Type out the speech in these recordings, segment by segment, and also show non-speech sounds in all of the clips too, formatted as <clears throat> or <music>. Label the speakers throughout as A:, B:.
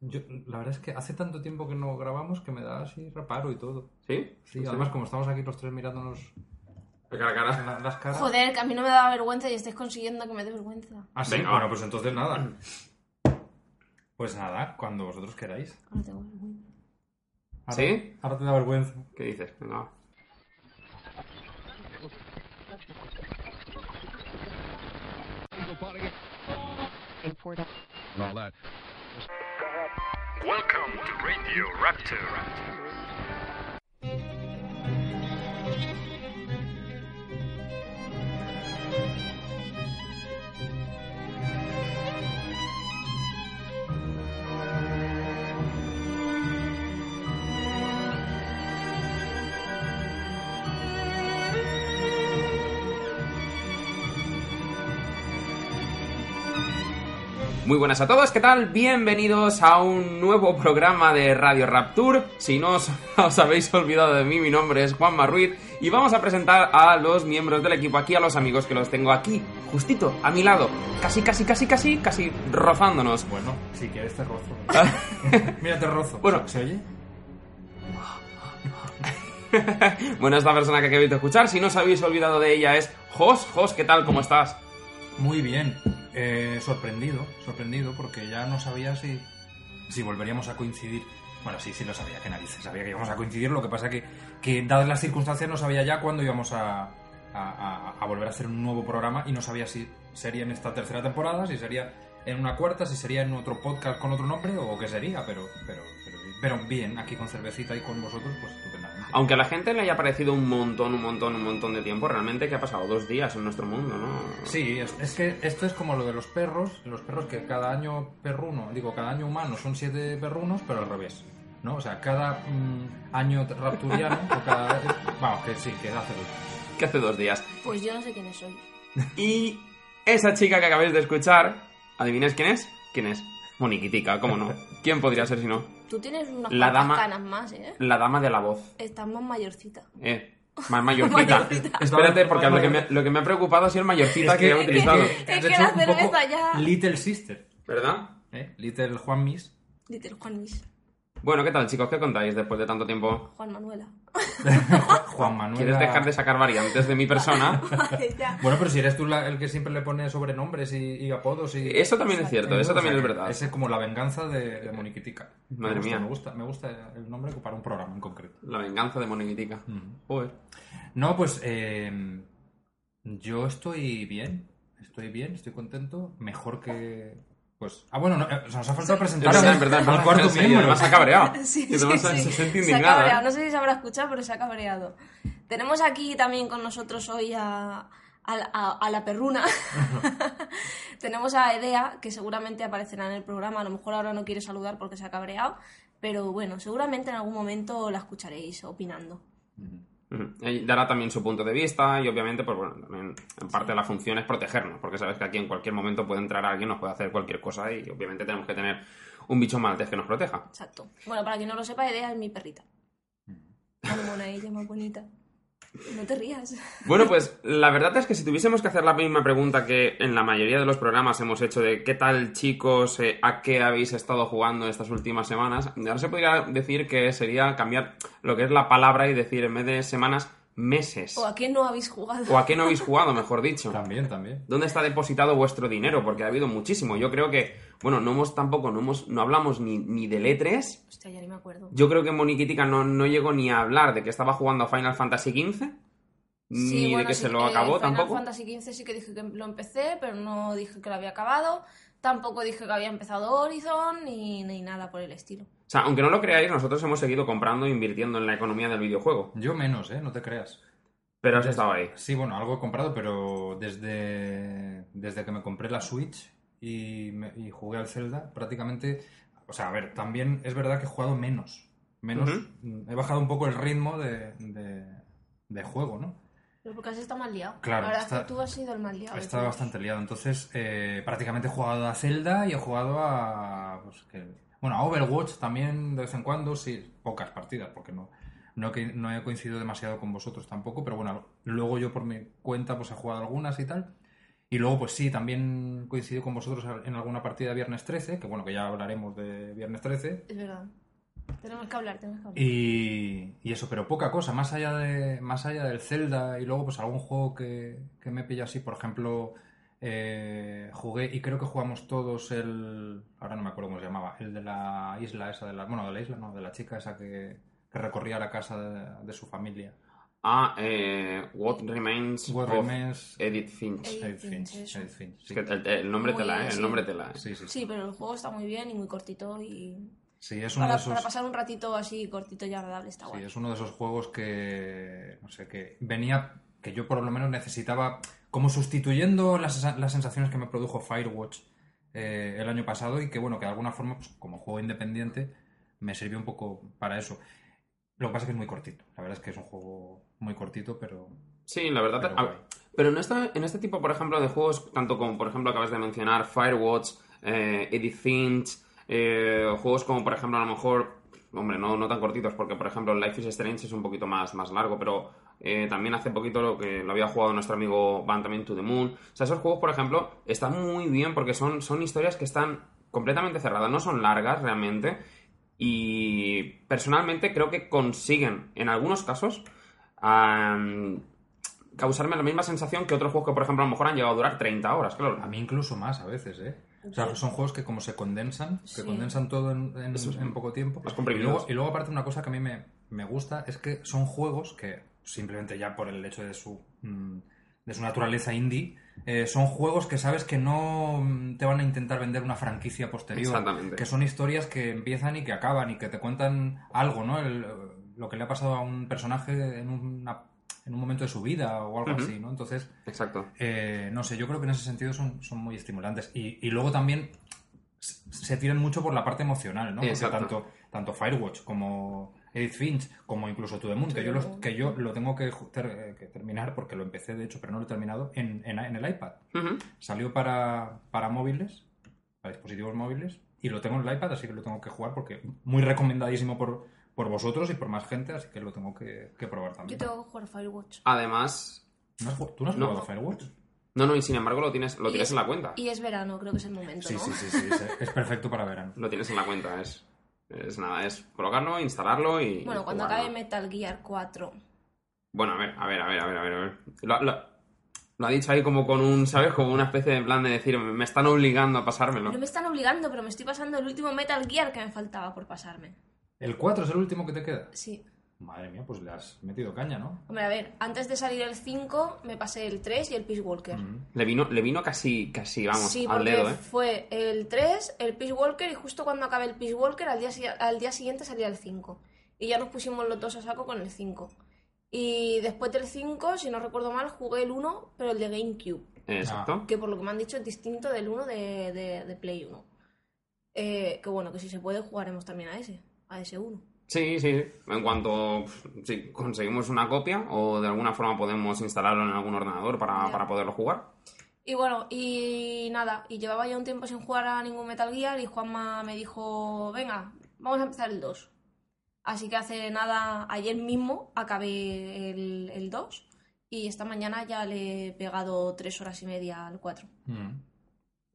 A: Yo, la verdad es que hace tanto tiempo que no grabamos que me da así reparo y todo.
B: ¿Sí?
A: Sí, además, como estamos aquí los tres mirándonos
B: De cara a cara.
A: la- las caras.
C: Joder, que a mí no me da vergüenza y estáis consiguiendo que me dé vergüenza.
A: Ah, sí,
B: Venga.
A: bueno, pues entonces nada. <clears throat> Pues nada, cuando vosotros queráis.
C: Ahora tengo vergüenza.
A: Ahora-
B: ¿Sí?
A: Ahora te da vergüenza.
B: ¿Qué dices? Venga, va.
D: and all that.
E: Welcome to Radio Raptor.
B: Muy buenas a todos, ¿qué tal? Bienvenidos a un nuevo programa de Radio Rapture. Si no os, <laughs> os habéis olvidado de mí, mi nombre es Juanma Ruiz y vamos a presentar a los miembros del equipo aquí, a los amigos que los tengo aquí, justito, a mi lado, casi, casi, casi, casi, casi rozándonos.
A: Bueno, si quieres te rozo. <laughs> Mira, te rozo.
B: Bueno.
A: ¿se oye?
B: bueno, esta persona que acabéis de escuchar, si no os habéis olvidado de ella, es Jos. Jos, ¿qué tal? ¿Cómo estás?
A: Muy bien. Eh, sorprendido, sorprendido, porque ya no sabía si, si volveríamos a coincidir. Bueno, sí, sí lo sabía, que narices, sabía que íbamos a coincidir, lo que pasa que, que dadas las circunstancias no sabía ya cuándo íbamos a, a- a- a volver a hacer un nuevo programa y no sabía si sería en esta tercera temporada, si sería en una cuarta, si sería en otro podcast con otro nombre o qué sería, pero, pero, pero, pero bien, aquí con cervecita y con vosotros, pues estupendamente.
B: Aunque a la gente le haya parecido un montón, un montón, un montón de tiempo, realmente que ha pasado dos días en nuestro mundo, ¿no?
A: Sí, es, es que esto es como lo de los perros, los perros que cada año perruno, digo, cada año humano son siete perrunos, pero al revés, ¿no? O sea, cada mm, año rapturiano, o cada... Vamos, que sí, que hace...
B: Que hace dos días.
C: Pues yo no sé quiénes soy.
B: Y esa chica que acabáis de escuchar, ¿adivináis quién es? ¿Quién es? Moniquitica, ¿cómo no? ¿Quién podría ser si no?
C: Tú tienes unas
B: La
C: cuantas
B: dama-
C: canas más, ¿eh?
B: La dama de la voz.
C: Estás más mayorcita.
B: Eh, más mayorcita.
C: <laughs> Mayorcita.
B: Espérate, porque lo que, me, lo que me ha preocupado ha sido el mayorcita que, he utilizado.
C: que- es que la cerveza ya-
A: Little Sister,
B: ¿Verdad?
A: ¿eh? Little Juan Miss.
C: Dite Juan Luis,
B: Bueno, ¿qué tal, chicos? ¿Qué contáis después de tanto tiempo?
C: Juan Manuela.
A: <laughs>
C: <laughs>
A: Juan Manuel.
B: ¿Quieres dejar de sacar variantes de mi persona?
C: Vale, ya.
A: Bueno, pero si eres tú la- el que siempre le pone sobrenombres y, y apodos y...
B: Eso también es cierto, eso
A: O sea,
B: también es
A: que
B: verdad.
A: Esa pues es como la venganza de, de Moniquitica. Me
B: Madre
A: gusta,
B: mía.
A: Me gusta, me gusta el nombre para un programa en concreto.
B: La venganza de Moniquitica.
A: Ujú.
B: Joder.
A: No, pues eh, yo estoy bien, estoy bien, estoy contento, mejor que... Pues, ah, bueno, no, eh, nos ha faltado presentar
B: Es verdad,
A: al-
B: es verdad, es verdad.
A: al cuarto
B: Sí,
A: miembro.
B: además se ha cabreado.
C: <laughs> Sí,
B: Que
C: sí,
B: además
C: sí.
B: Se siente
C: Se ha
B: indignada.
C: cabreado. No sé si se habrá escuchado, pero se ha cabreado. Tenemos aquí también con nosotros hoy a, a la- a- a
B: <laughs>
C: la perruna. <laughs> Tenemos a Edea, que seguramente aparecerá en el programa. A lo mejor ahora no quiere saludar porque se ha cabreado. Pero bueno, seguramente en algún momento la escucharéis opinando.
A: Mm,
B: Ujú. Y dará también su punto de vista y obviamente, pues bueno, también en parte la función es protegernos, porque sabes que aquí en cualquier momento puede entrar alguien, nos puede hacer cualquier cosa y obviamente tenemos que tener un bicho maltés que nos proteja.
C: Exacto. Bueno, para quien no lo sepa, Edea es mi perrita.
A: Mm.
C: Tan mona ella, más
A: <laughs>
C: bonita. No te rías.
B: Bueno, pues la verdad es que si tuviésemos que hacer la misma pregunta que en la mayoría de los programas hemos hecho de qué tal chicos, Eh, a qué habéis estado jugando estas últimas semanas, ahora se podría decir que sería cambiar lo que es la palabra y decir en vez de semanas, meses.
C: ¿O a qué no habéis jugado?
B: O a qué no habéis jugado, mejor dicho.
A: También, también.
B: dónde está depositado vuestro dinero, porque ha habido muchísimo. Yo creo que, bueno, no hemos tampoco, no hemos, no hablamos ni, ni del E3.
C: Hostia, ya ni me acuerdo.
B: Yo creo que Moniquitica no, no llegó ni a hablar de que estaba jugando a Final Fantasy XV,
C: Sí,
B: ni de
C: bueno,
B: que
C: sí
B: se lo
C: que
B: acabó
C: Final
B: tampoco.
C: Fantasy XV sí que dije que lo empecé, pero no dije que lo había acabado. Tampoco dije que había empezado Horizon ni, ni nada por el estilo.
B: O sea, aunque no lo creáis, nosotros hemos seguido comprando e invirtiendo en la economía del videojuego.
A: Yo menos, ¿eh? No te creas.
B: Pero has estado ahí.
A: Sí, bueno, algo he comprado, pero desde, desde que me compré la Switch y, me- y jugué al Zelda, prácticamente... O sea, a ver, también es verdad que he jugado menos. Menos...
B: Ujú.
A: mm, He bajado un poco el ritmo de, de, de juego, ¿no?
C: Pero porque has estado más liado.
A: Claro,
C: La verdad es
A: está-
C: que tú has sido el más liado. de
A: Estaba
C: todos.
A: bastante liado. Entonces, eh, prácticamente he jugado a Zelda y he jugado a. pues, que- bueno, a Overwatch también de vez en cuando, sí, pocas partidas, porque no, no, que- no he coincidido demasiado con vosotros tampoco, pero bueno, luego yo por mi cuenta pues he jugado algunas y tal. Y luego, pues sí, también coincido con vosotros en alguna partida de Viernes 13, que bueno, que ya hablaremos de Viernes 13.
C: Es verdad. Tenemos que hablar, tenemos que hablar.
A: Y, y eso, pero poca cosa, más allá de más allá del Zelda y luego pues algún juego que, que me pilla así, por ejemplo, eh, jugué y creo que jugamos todos el, ahora no me acuerdo cómo se llamaba, el de la isla esa, de la, bueno, de la isla, no, de la chica esa que, que recorría la casa de, de su familia.
B: Ah, eh, What Remains
A: What
B: of
A: Remains-
B: Edith Finch.
C: Edith
A: Edith Finch,
C: Finch, eso.
A: Edith Finch,
B: eh, Es
A: sí.
B: que el, el nombre
C: Muy
B: tela,
C: bien,
B: ¿eh?
C: sí.
B: El nombre tela. ¿eh?
A: Sí, sí, sí.
C: Sí, pero el juego está muy bien y muy cortito y...
A: Sí, es uno de
C: Para,
A: esos...
C: para pasar un ratito así cortito y agradable está
A: Sí,
C: guay.
A: es uno de esos juegos que, no sé, que venía, que yo por lo menos necesitaba, como sustituyendo las, las sensaciones que me produjo Firewatch eh, el año pasado y que, bueno, que de alguna forma, pues, como juego independiente, me sirvió un poco para eso. Lo que pasa es que es muy cortito, la verdad es que es un juego muy cortito, pero...
B: Sí, la verdad.
A: Pero
B: a-
A: guay.
B: pero en, esta- en este tipo, por ejemplo, de juegos, tanto como, por ejemplo, acabas de mencionar Firewatch, eh, Edith Finch, eh, juegos como, por ejemplo, a lo mejor, hombre, no, no tan cortitos, porque, por ejemplo, Life is Strange es un poquito más, más largo, pero eh, también hace poquito lo que lo había jugado nuestro amigo Van también to the Moon. O sea, esos juegos, por ejemplo, están muy bien porque son, son historias que están completamente cerradas, no son largas realmente. Y personalmente creo que consiguen, en algunos casos, am, em, causarme la misma sensación que otros juegos que, por ejemplo, a lo mejor han llegado a durar 30 horas, claro.
A: A mí incluso más a veces, ¿eh? O sea, son juegos que como se condensan, que
C: Sí.
A: condensan todo en, en- en poco tiempo.
B: Más
A: y,
B: comprimidos.
A: luego, y luego aparte una cosa que a mí me, me gusta es que son juegos que simplemente ya por el hecho de su, mm, de su naturaleza indie, eh, son juegos que sabes que no mm, te van a intentar vender una franquicia posterior.
B: Exactamente.
A: Que son historias que empiezan y que acaban y que te cuentan algo, ¿no? El, eh, lo que le ha pasado a un personaje en, una- en un momento de su vida o algo
B: Ujú.
A: así, ¿no? Entonces...
B: Exacto.
A: Eh, no sé, yo creo que en ese sentido son, son muy estimulantes. Y, y luego también se se tiran mucho por la parte emocional, ¿no? Porque
B: Exacto.
A: tanto, tanto Firewatch como Edith Finch, como incluso To The Moon, que yo, los- que yo lo tengo que, ju- ter- eh, que terminar, porque lo empecé de hecho, pero no lo he terminado, en, en- en el iPad.
B: Ujú.
A: Salió para, para móviles, para dispositivos móviles, y lo tengo en el iPad, así que lo tengo que jugar porque muy recomendadísimo por, por vosotros y por más gente, así que lo tengo que, que probar
C: Yo
A: también.
C: tengo que jugar Firewatch.
B: Además,
A: ¿No has ju- ¿Tú no has
B: No.
A: jugado a Firewatch?
B: no, no, y sin embargo lo tienes, lo
C: Y
B: tienes
C: es-
B: en la cuenta.
C: Y es verano, creo que es el momento,
A: Sí,
C: ¿no?
A: sí, sí, sí, es, es perfecto para verano.
B: Lo tienes en la cuenta, es, es nada, es colocarlo, instalarlo y.
C: Bueno, cuando
B: jugarlo.
C: acabe Metal Gear 4.
B: Bueno, a ver, a ver, a ver, a ver, a ver. a ver. Lo, lo- lo ha dicho ahí como con un, ¿sabes? Como una especie de plan de decir, me están obligando a pasármelo.
C: No me están obligando, pero me estoy pasando el último Metal Gear que me faltaba por pasarme.
A: ¿El 4 es el último que te queda?
C: Sí.
A: Madre mía, pues le has metido caña, ¿no?
C: Hombre, a ver, antes de salir el 5 me pasé el 3 y el Peace Walker.
A: Mm,
B: Le vino, le vino casi, casi, vamos,
C: sí,
B: al
C: porque
B: dedo, ¿eh?
C: fue el 3, el Peace Walker y justo cuando acabé el Peace Walker al día, si- al día siguiente salía el 5. Y ya nos pusimos los dos a saco con el 5. Y después del 5, si no recuerdo mal, jugué el 1, pero el de GameCube.
B: ¿eh? Exacto.
C: que por lo que me han dicho es distinto del 1 de, de- de Play 1. Eh, que bueno, que si se puede jugaremos también a ese, a ese 1.
B: Sí, sí. En cuanto pf, si conseguimos una copia o de alguna forma podemos instalarlo en algún ordenador para,
C: Ya.
B: para poderlo jugar.
C: Y bueno, y nada, y llevaba ya un tiempo sin jugar a ningún Metal Gear y Juanma me dijo, venga, vamos a empezar el 2. Así que hace nada, ayer mismo acabé el, el 2 y esta mañana ya le he pegado 3 horas y media al 4.
A: Mm.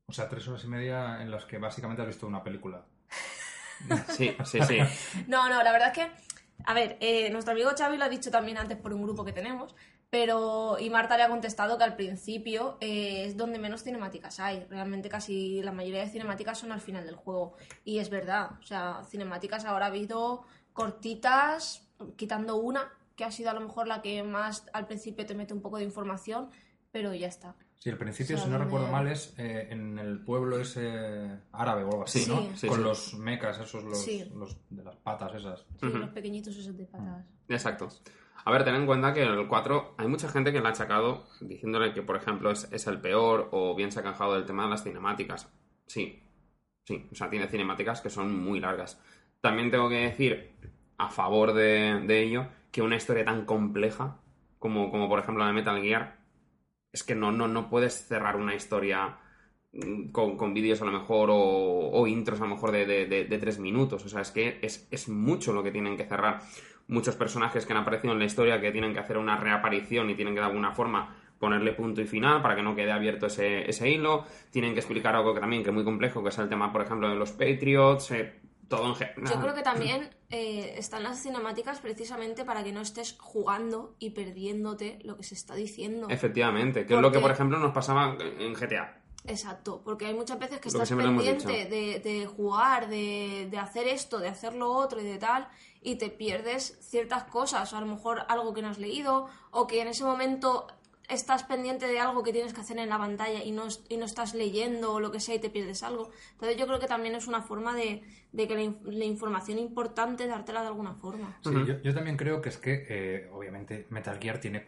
A: O sea, tres horas y media en las que básicamente has visto una película.
B: Sí, sí, sí.
C: No, no, la verdad es que, a ver, eh, nuestro amigo Xavi lo ha dicho también antes por un grupo que tenemos, pero y Marta le ha contestado que al principio eh, es donde menos cinemáticas hay. Realmente casi la mayoría de cinemáticas son al final del juego. Y es verdad, o sea, cinemáticas ahora ha habido cortitas, quitando una, que ha sido a lo mejor la que más al principio te mete un poco de información, pero ya está.
A: Sí, al principio,
C: O sea,
A: si no
C: a mí
A: recuerdo
C: me-
A: mal, es eh, en el pueblo ese árabe o algo así,
B: Sí,
A: ¿no?
B: sí,
A: Con
B: sí.
A: los mecas, esos, los,
C: Sí.
A: los de las patas esas.
C: Sí,
B: Ujú.
C: los pequeñitos esos de patas.
B: Exacto. A ver, ten en cuenta que el 4 hay mucha gente que le ha achacado diciéndole que, por ejemplo, es, es el peor o bien se ha quejado del tema de las cinemáticas. Sí, sí, o sea, tiene cinemáticas que son muy largas. También tengo que decir, a favor de, de ello, que una historia tan compleja como, como por ejemplo la de Metal Gear, es que no, no, no puedes cerrar una historia mm, con, con vídeos a lo mejor o, o intros a lo mejor de, de- de- de tres minutos. O sea, es que es, es mucho lo que tienen que cerrar. Muchos personajes que han aparecido en la historia que tienen que hacer una reaparición y tienen que de alguna forma ponerle punto y final para que no quede abierto ese, ese hilo. Tienen que explicar algo que también que es muy complejo, que es el tema, por ejemplo, de los Patriots, eh, todo en general.
C: Yo creo que también eh, están las cinemáticas precisamente para que no estés jugando y perdiéndote lo que se está diciendo.
B: Efectivamente, que es lo que,
C: Porque-
B: por ejemplo, nos pasaba en GTA.
C: Exacto, porque hay muchas veces que
B: Lo que
C: estás
B: siempre hemos
C: pendiente de, de jugar, de, de hacer esto, de hacer lo otro y de tal, y te pierdes ciertas cosas, o a lo mejor algo que no has leído, o que en ese momento estás pendiente de algo que tienes que hacer en la pantalla y no, es- y no estás leyendo o lo que sea y te pierdes algo. Entonces yo creo que también es una forma de, de que la, inf- la información importante dártela de alguna forma.
A: Sí,
B: Ujú.
A: yo, yo también creo que es que, eh, obviamente, Metal Gear tiene,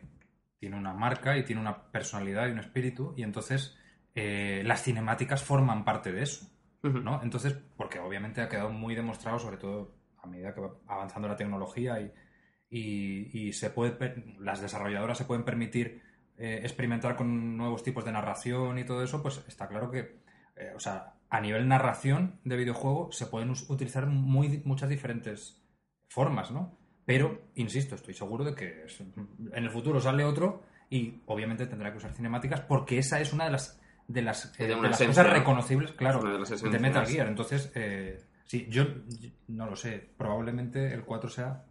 A: tiene una marca y tiene una personalidad y un espíritu, y entonces eh, las cinemáticas forman parte de eso,
B: Ujú.
A: ¿no? Entonces, porque obviamente ha quedado muy demostrado, sobre todo a medida que va avanzando la tecnología y, y- y se puede, per- las desarrolladoras se pueden permitir eh, experimentar con nuevos tipos de narración y todo eso, pues está claro que, eh, o sea, a nivel narración de videojuego se pueden us- utilizar muy, muchas diferentes formas, ¿no? Pero, insisto, estoy seguro de que es- en el futuro sale otro y obviamente tendrá que usar cinemáticas porque esa es una de las de las, eh,
B: de
A: de
B: una
A: las
B: esencia,
A: cosas
B: ¿no?
A: reconocibles, claro,
B: Es una de las
A: de
B: esencias.
A: Metal Gear. Entonces, eh, sí, yo, yo no lo sé, probablemente el 4 sea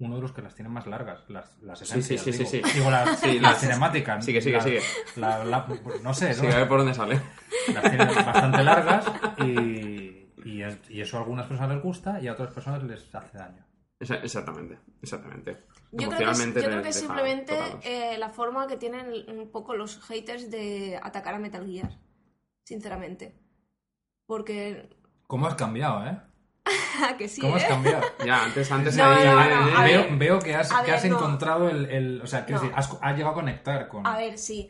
A: uno de los que las tiene más largas, las, las
B: Sí, sí,
A: esencias,
B: sí, sí,
A: digo,
B: sí.
A: Digo, las,
B: Sí,
A: las
B: las-
A: cinemáticas.
B: sigue, sigue,
A: las-
B: sigue.
A: la- la- pues no sé,
B: Sí,
A: ¿no?
B: a ver por dónde sale.
A: las tienen bastante largas y, y, es- y eso a algunas personas les gusta y a otras personas les hace daño.
B: Esa- Exactamente, exactamente.
C: Yo creo que es,
B: Emocionalmente
C: yo creo
B: te
C: que es
B: deja
C: simplemente
B: tocados.
C: eh, la forma que tienen un poco los haters de atacar a Metal Gear, sinceramente. Porque... <laughs>
A: ¿Cómo has cambiado, eh?
C: Ah, que sí,
A: ¿Cómo has
C: ¿eh?
A: cambiado?
B: Ya, antes, antes
C: No,
B: ahí-
C: <laughs> no,
B: eh,
C: no,
B: eh,
C: a
B: veo-
A: veo, veo que has,
C: a
A: que
C: ver,
A: has
C: no.
A: encontrado el, el- O sea, quiero
C: No.
A: decir, has, has llegado a conectar con.
C: A ver, sí.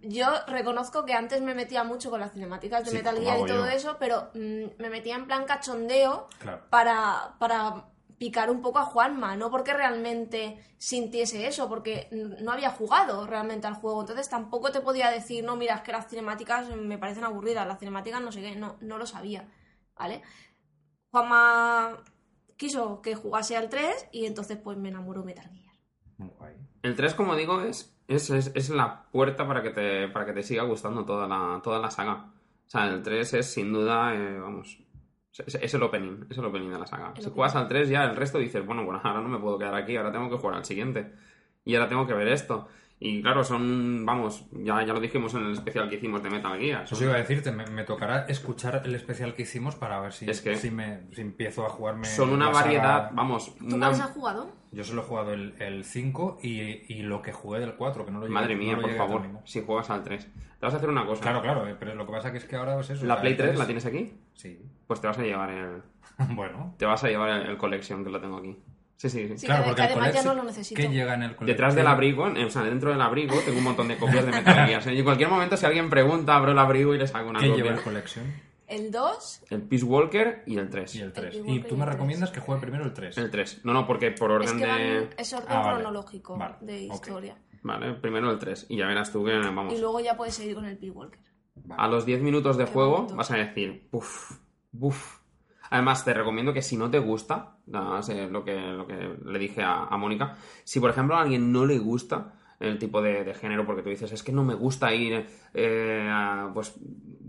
C: Yo reconozco que antes me metía mucho con las cinemáticas de
A: Sí,
C: Metal
A: como
C: Gear y
A: hago
C: todo
A: yo.
C: eso, pero mm, me metía en plan cachondeo
A: Claro.
C: para, para picar un poco a Juanma, no porque realmente sintiese eso, porque n- no había jugado realmente al juego, entonces tampoco te podía decir, no, mira, es que las cinemáticas me parecen aburridas, las cinemáticas no sé qué, no, no lo sabía, ¿vale? Juanma quiso que jugase al 3 y entonces pues me enamoró Metal Gear.
A: Muy guay.
B: El 3, como digo, es, es, es, es la puerta para que te, para que te siga gustando toda la, toda la saga. O sea, el 3 es sin duda, eh, vamos, es, es el opening, es el opening de la saga.
C: El
B: si
C: opening.
B: juegas al 3 ya el resto dices, bueno, <laughs> bueno, ahora no me puedo quedar aquí, ahora tengo que jugar al siguiente. Y ahora tengo que ver esto. Y claro, son, vamos, ya, ya lo dijimos en el especial que hicimos de Metal Gear.
A: Eso
B: son-
A: os iba a decirte, me, me tocará escuchar el especial que hicimos para ver si,
B: Es que-
A: si, me, si empiezo a jugarme.
B: Son una
A: eh, la saga.
B: variedad, vamos,
C: ¿Tú
B: una-
C: cuáles has jugado?
A: Yo solo he jugado el, el 5 y, y lo que jugué del 4, que no lo llegué-
B: Madre
A: no
B: mía,
A: lo
B: por
A: llegué a
B: favor,
A: terminar.
B: si juegas al 3. Te vas a hacer una cosa.
A: Claro, claro, eh, pero lo que pasa que es que ahora es eso. o
B: ¿La
A: sea,
B: Play
A: el
B: 3
A: tres-
B: la tienes aquí?
A: Sí.
B: Pues te vas a llevar el...
A: <laughs> bueno.
B: Te vas a llevar el, el collection que lo tengo aquí. Sí, sí, sí.
C: Sí,
A: claro,
C: que-
A: porque
C: que
A: el
C: además ya
A: Collection-
C: no lo necesito.
A: ¿Qué llega en el colegio?
B: Detrás del abrigo, eh, o sea, dentro del abrigo tengo un montón de copias de Metal Gear. O sea, en cualquier momento, si alguien pregunta, abro el abrigo y les hago una
A: ¿Qué lleva
B: copia.
A: el Collection?
C: El 2
B: El Peace Walker y el 3.
A: Y el 3.
C: Ewok
A: Y
C: y
A: tú
C: el
A: me
C: tres.
A: recomiendas que juegue primero el 3.
B: El 3. No, no, porque por
C: es
B: orden
C: que van,
B: de...
C: es orden
A: Ah, vale.
C: cronológico
A: Vale,
C: de
A: ok.
C: historia.
B: Vale, primero el 3. Y ya verás tú que, vamos,
C: Y luego ya puedes seguir con el P-Walker.
B: a los 10 minutos de
C: Qué
B: juego
C: bonito.
B: vas a decir, uff, uff. Además, te recomiendo que si no te gusta, no sé, lo, que, lo que le dije a, a Mónica, si por ejemplo a alguien no le gusta el tipo de, de género, porque tú dices, es que no me gusta ir eh, a- pues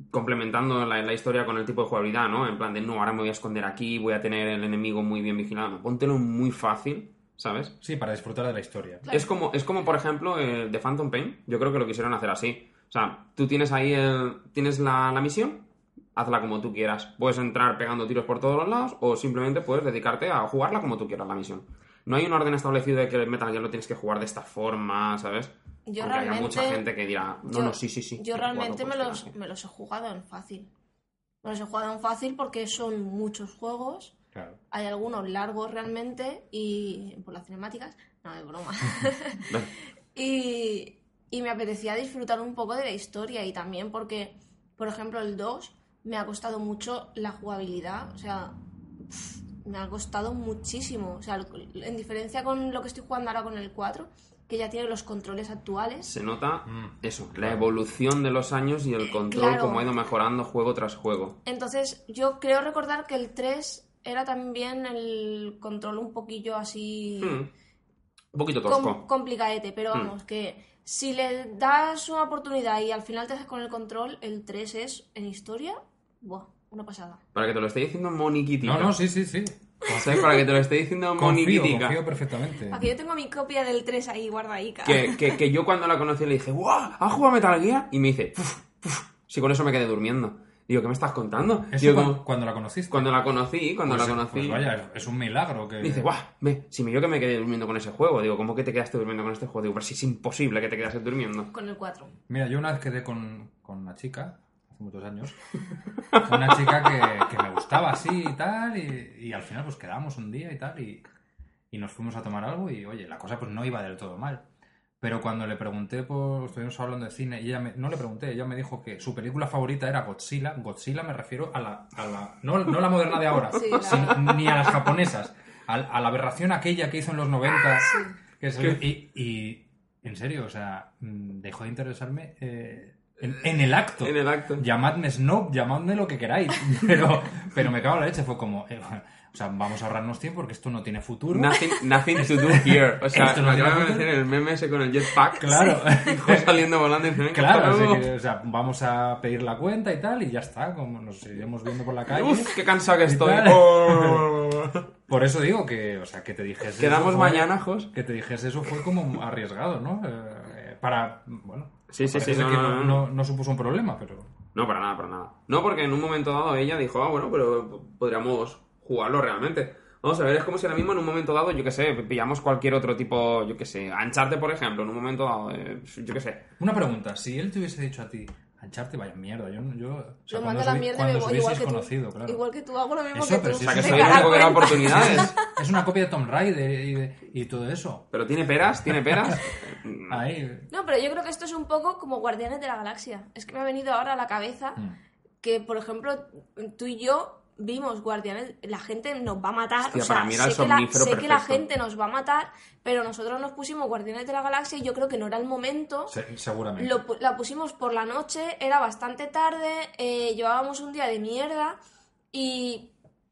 B: complementando la, la historia con el tipo de jugabilidad, ¿no? En plan de, no, ahora me voy a esconder aquí, voy a tener el enemigo muy bien vigilado. No, póntelo muy fácil, ¿sabes?
A: Sí, para disfrutar de la historia.
C: Claro.
B: Es como, es como, por ejemplo, eh, de Phantom Pain. Yo creo que lo quisieron hacer así. O sea, tú tienes ahí el, tienes la, la misión, hazla como tú quieras. Puedes entrar pegando tiros por todos los lados o simplemente puedes dedicarte a jugarla como tú quieras la misión. No hay un orden establecido de que el Metal Gear lo tienes que jugar de esta forma, ¿sabes? Aunque
C: Yo
B: haya
C: realmente-
B: mucha gente que dirá, no,
C: Yo-
B: no, sí, sí, sí.
C: Yo
B: he
C: realmente
B: jugado
C: me
B: por
C: los,
B: este
C: me los he jugado en fácil. Me los he jugado en fácil porque son muchos juegos.
A: Claro.
C: Hay algunos largos realmente y por las cinemáticas. No, es
B: <laughs>
C: broma.
B: Ven.
C: y, y me apetecía disfrutar un poco de la historia y también porque, por ejemplo, el 2 me ha costado mucho la jugabilidad. O sea, me ha costado muchísimo. O sea, el- en diferencia con lo que estoy jugando ahora con el 4, que ya tiene los controles
B: <laughs>
C: actuales.
B: Se nota
A: Mm.
B: eso, la evolución de los años y el control,
C: claro.
B: como ha ido mejorando juego tras juego.
C: Entonces, yo creo recordar que el 3 era también el control un poquillo así.
B: Hmm. Un poquito
C: com-
B: tosco. Hmm.
C: complicadete, pero vamos, que si le das una oportunidad y al final te haces con el control, el 3 es en historia, buah, una pasada.
B: Para que te lo esté diciendo Moniquitica.
A: No, no, sí, sí, sí.
B: <laughs> O sea, para que te lo esté diciendo
A: <laughs> Confío,
B: Moniquitica.
A: confío perfectamente.
C: Aquí yo tengo mi copia del 3 ahí guardadica.
B: que, que- que yo cuando la conocí le dije, ¡guau! ¿Has jugado a Metal Gear? Y me dice, "Uf, uf". Si con eso me quedé durmiendo. Digo, ¿qué me estás contando?
A: Eso
B: Digo,
A: cuan-
B: como-
A: cuando, la conociste.
B: cuando la conocí, cuando
A: Pues-
B: la conocí.
A: pues vaya, eh. es un milagro que.
B: Dice, guau, ve, si me- yo que me quedé durmiendo con ese juego. Digo, ¿cómo que te quedaste durmiendo con este juego? Digo, pero si es imposible que te quedases durmiendo.
C: Con el 4.
A: Mira, yo una vez quedé con, con una chica, hace muchos años, <laughs> una chica que, que me gustaba así y tal, y, y al final pues quedamos un día y tal, y, y nos fuimos a tomar algo y oye, la cosa pues no iba del todo mal. Pero cuando le pregunté, por, estuvimos hablando de cine, y ella me- no le pregunté, ella me dijo que su película favorita era Godzilla. Godzilla me refiero a la, a la no, no la moderna de ahora,
C: Sí, la-
A: sino- ni a las japonesas, a, a la aberración aquella que hizo en los
C: Ah,
A: 90. que salió- y, y, en serio, o sea, mm, dejó de interesarme eh, en, en el acto.
B: En el acto.
A: Llamadme Snob, llamadme lo que queráis, <laughs> pero, pero me cago en la leche, fue como, eh, o sea, vamos a ahorrarnos tiempo porque esto no tiene futuro.
B: Nothing, nothing to do here.
A: <laughs>
B: O sea,
A: Esto no
B: me acaba
A: tiene
B: de hacer el meme ese con el jetpack. <laughs>
A: Claro.
B: Hijo saliendo volando y dicen, "Venga, hasta
A: Claro, así
B: luego".
A: que, o sea, vamos a pedir la cuenta y tal, y ya está, como nos iremos viendo por la calle.
C: ¿eh?
B: Uf, qué cansado que estoy.
A: Claro.
B: Oh.
A: Por eso digo que, o sea, que te dijese
B: Quedamos
A: eso fue-
B: mañana, Jos.
A: Que te dijese eso fue como arriesgado, ¿no? Eh, para, bueno,
B: Sí, sí, sí,
A: parece ser
B: no,
A: que
B: no, no, no.
A: no- no supuso un problema, pero...
B: No, para nada, para nada. No, porque en un momento dado ella dijo, ah, bueno, pero podríamos jugarlo realmente. Vamos a ver, es como si ahora mismo en un momento dado, yo qué sé, pillamos cualquier otro tipo, yo qué sé, ancharte, por ejemplo, en un momento dado, eh, yo qué sé.
A: Una pregunta, si él te hubiese dicho a ti, ancharte vaya mierda, yo... yo o sea,
C: Lo
A: cuando
C: mando a
A: os
C: la
A: hubi-
C: mierda y
A: cuando
C: me
A: os
C: voy igual
A: hubieseis
C: que tú.
A: conocido, claro.
C: Igual que tú, hago lo mismo
A: Eso,
C: que
A: pero
C: tú.
A: si
B: O sea, que
A: Sí,
C: Te
B: soy el
C: cagas
B: único que da
C: cuenta.
B: oportunidades.
A: <laughs> Es una copia de Tomb Raider y, de- y todo eso.
B: Pero tiene peras, tiene
C: <laughs>
B: peras.
C: Ah,
A: Ahí...
C: No, pero yo creo que esto es un poco como Guardianes de la Galaxia. Es que me ha venido ahora a la cabeza
A: Hmm. mm.
C: que, por ejemplo, tú y yo vimos Guardianes, la gente nos va a matar.
B: Hostia,
C: o sea,
B: para mí era el
C: sé, que la,
B: somnífero
C: sé que la
B: perfecto.
C: gente nos va a matar, pero nosotros nos pusimos Guardianes de la Galaxia y yo creo que no era el momento.
A: se- seguramente.
C: Lo pu- la pusimos por la noche, era bastante tarde, eh, llevábamos un día de mierda y,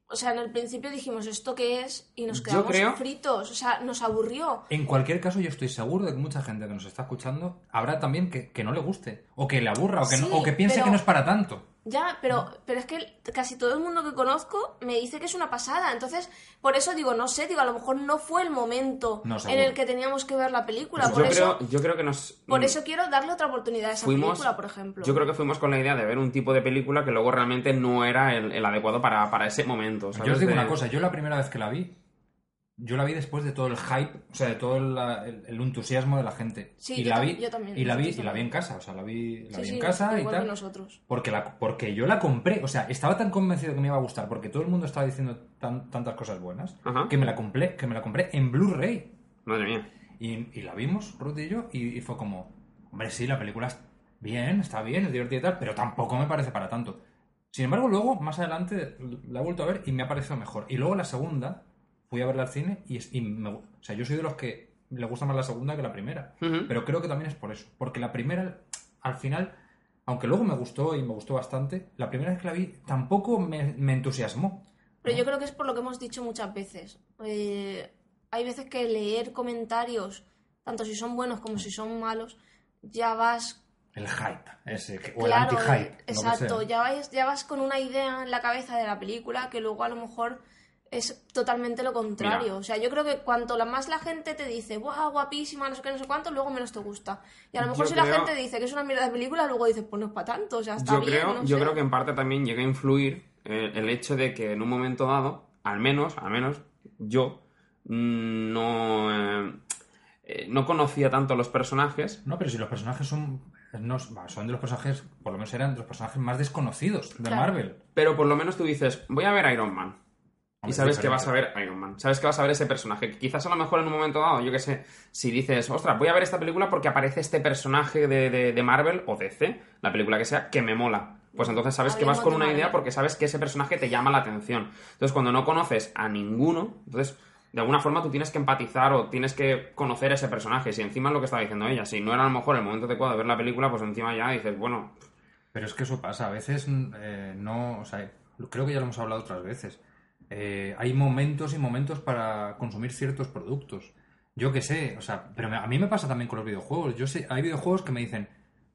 C: o sea, en el principio dijimos, ¿esto qué es? Y nos
B: Yo
C: quedamos
B: creo-
C: fritos, o sea, nos aburrió.
A: En cualquier caso, yo estoy seguro de que mucha gente que nos está escuchando habrá también que, que no le guste, o que le aburra, o que, no-
C: Sí,
A: o que piense
C: pero-
A: que no es para tanto.
C: Ya, pero, pero es que casi todo el mundo que conozco me dice que es una pasada. Entonces, por eso digo, no sé, digo, a lo mejor no fue el momento
A: No,
C: en
A: seguro.
C: el que teníamos que ver la película.
B: Mm, Pues Yo
C: por eso,
B: creo, yo creo que nos...
C: por eso quiero darle otra oportunidad a esa
B: fuimos...
C: película, por ejemplo.
B: Yo creo que fuimos con la idea de ver un tipo de película que luego realmente no era el, el adecuado para, para ese momento. ¿sabes?
A: Yo os digo
B: De-
A: una cosa, yo la primera vez que la vi, yo la vi después de todo el hype, o sea, de todo el, el- el entusiasmo de la gente.
C: Sí,
A: y
C: yo
A: la
C: tam-
A: vi,
C: yo también,
A: Y la vi,
C: nosotros
A: y la vi
C: también.
A: en casa, o sea, la vi, la
C: Sí,
A: vi
C: sí,
A: en casa y
C: igual
A: tal.
C: que nosotros.
A: Porque, la, porque yo la compré, o sea, estaba tan convencido que me iba a gustar, porque todo el mundo estaba diciendo tan- tantas cosas buenas,
B: Ajá.
A: que me la compré, que me la compré en Blu-ray.
B: Madre mía.
A: Y, y la vimos, Ruth y yo, y, y fue como, hombre, sí, la película es bien, está bien, es divertida y tal, pero tampoco me parece para tanto. Sin embargo, luego, más adelante, la he vuelto a ver y me ha parecido mejor. Y luego la segunda, fui a verla al cine y, es- y me gu- o sea, yo soy de los que le gusta más la segunda que la primera.
B: Ujú.
A: Pero creo que también es por eso. Porque la primera, al final, aunque luego me gustó y me gustó bastante, la primera vez que la vi tampoco me, me entusiasmó.
C: Pero yo creo que es por lo que hemos dicho muchas veces. Eh, hay veces que leer comentarios, tanto si son buenos como si son malos, ya vas...
A: El hype, ese, que- o
C: claro,
A: el anti-hype. lo que
C: exacto,
A: sea.
C: ya vas, ya vas con una idea en la cabeza de la película que luego a lo mejor es totalmente lo contrario.
B: Mira.
C: O sea, yo creo que cuanto la- más la gente te dice, ¡guau, guapísima, no sé qué, no sé cuánto! Luego menos te gusta. Y a lo mejor
B: Yo
C: si la
B: creo-
C: gente dice que es una mierda de película, luego dices, pues no es para tanto, o sea, está
B: yo
C: bien,
B: creo,
C: no
B: yo
C: sé.
B: creo que
C: <laughs>
B: en parte también llega a influir eh, el, hecho de que en un momento dado, al menos, al menos yo mm, no eh, eh, no conocía tanto los personajes.
A: No, pero si los personajes son. No, va, son de los personajes, por lo menos eran de los personajes más desconocidos de
C: Claro.
A: Marvel.
B: Pero por lo menos tú dices, voy a ver Iron Man. Y
A: Hombre,
B: sabes
A: es
B: que vas a
A: diferente.
B: ver Iron Man. Sabes que vas a ver ese personaje. Que quizás a lo mejor en un momento dado, yo que sé, si dices, ostras, voy a ver esta película porque aparece este personaje de, de- de Marvel o DC, la película que sea, que me mola. Pues entonces sabes que vas
C: Hablemos
B: con
C: de
B: una
C: Marvel.
B: idea porque sabes que ese personaje te llama la atención. Entonces cuando no conoces a ninguno, entonces de alguna forma tú tienes que empatizar o tienes que conocer a ese personaje. Si encima es lo que estaba diciendo ella, si no era a lo mejor el momento adecuado de ver la película, pues encima ya dices, bueno,
A: Pero es que eso pasa, a veces eh, no. O sea, creo que ya lo hemos hablado otras veces. Eh, hay momentos y momentos para consumir ciertos productos. Yo qué sé, o sea, pero me- a mí me pasa también con los videojuegos. Yo sé, hay videojuegos que me dicen.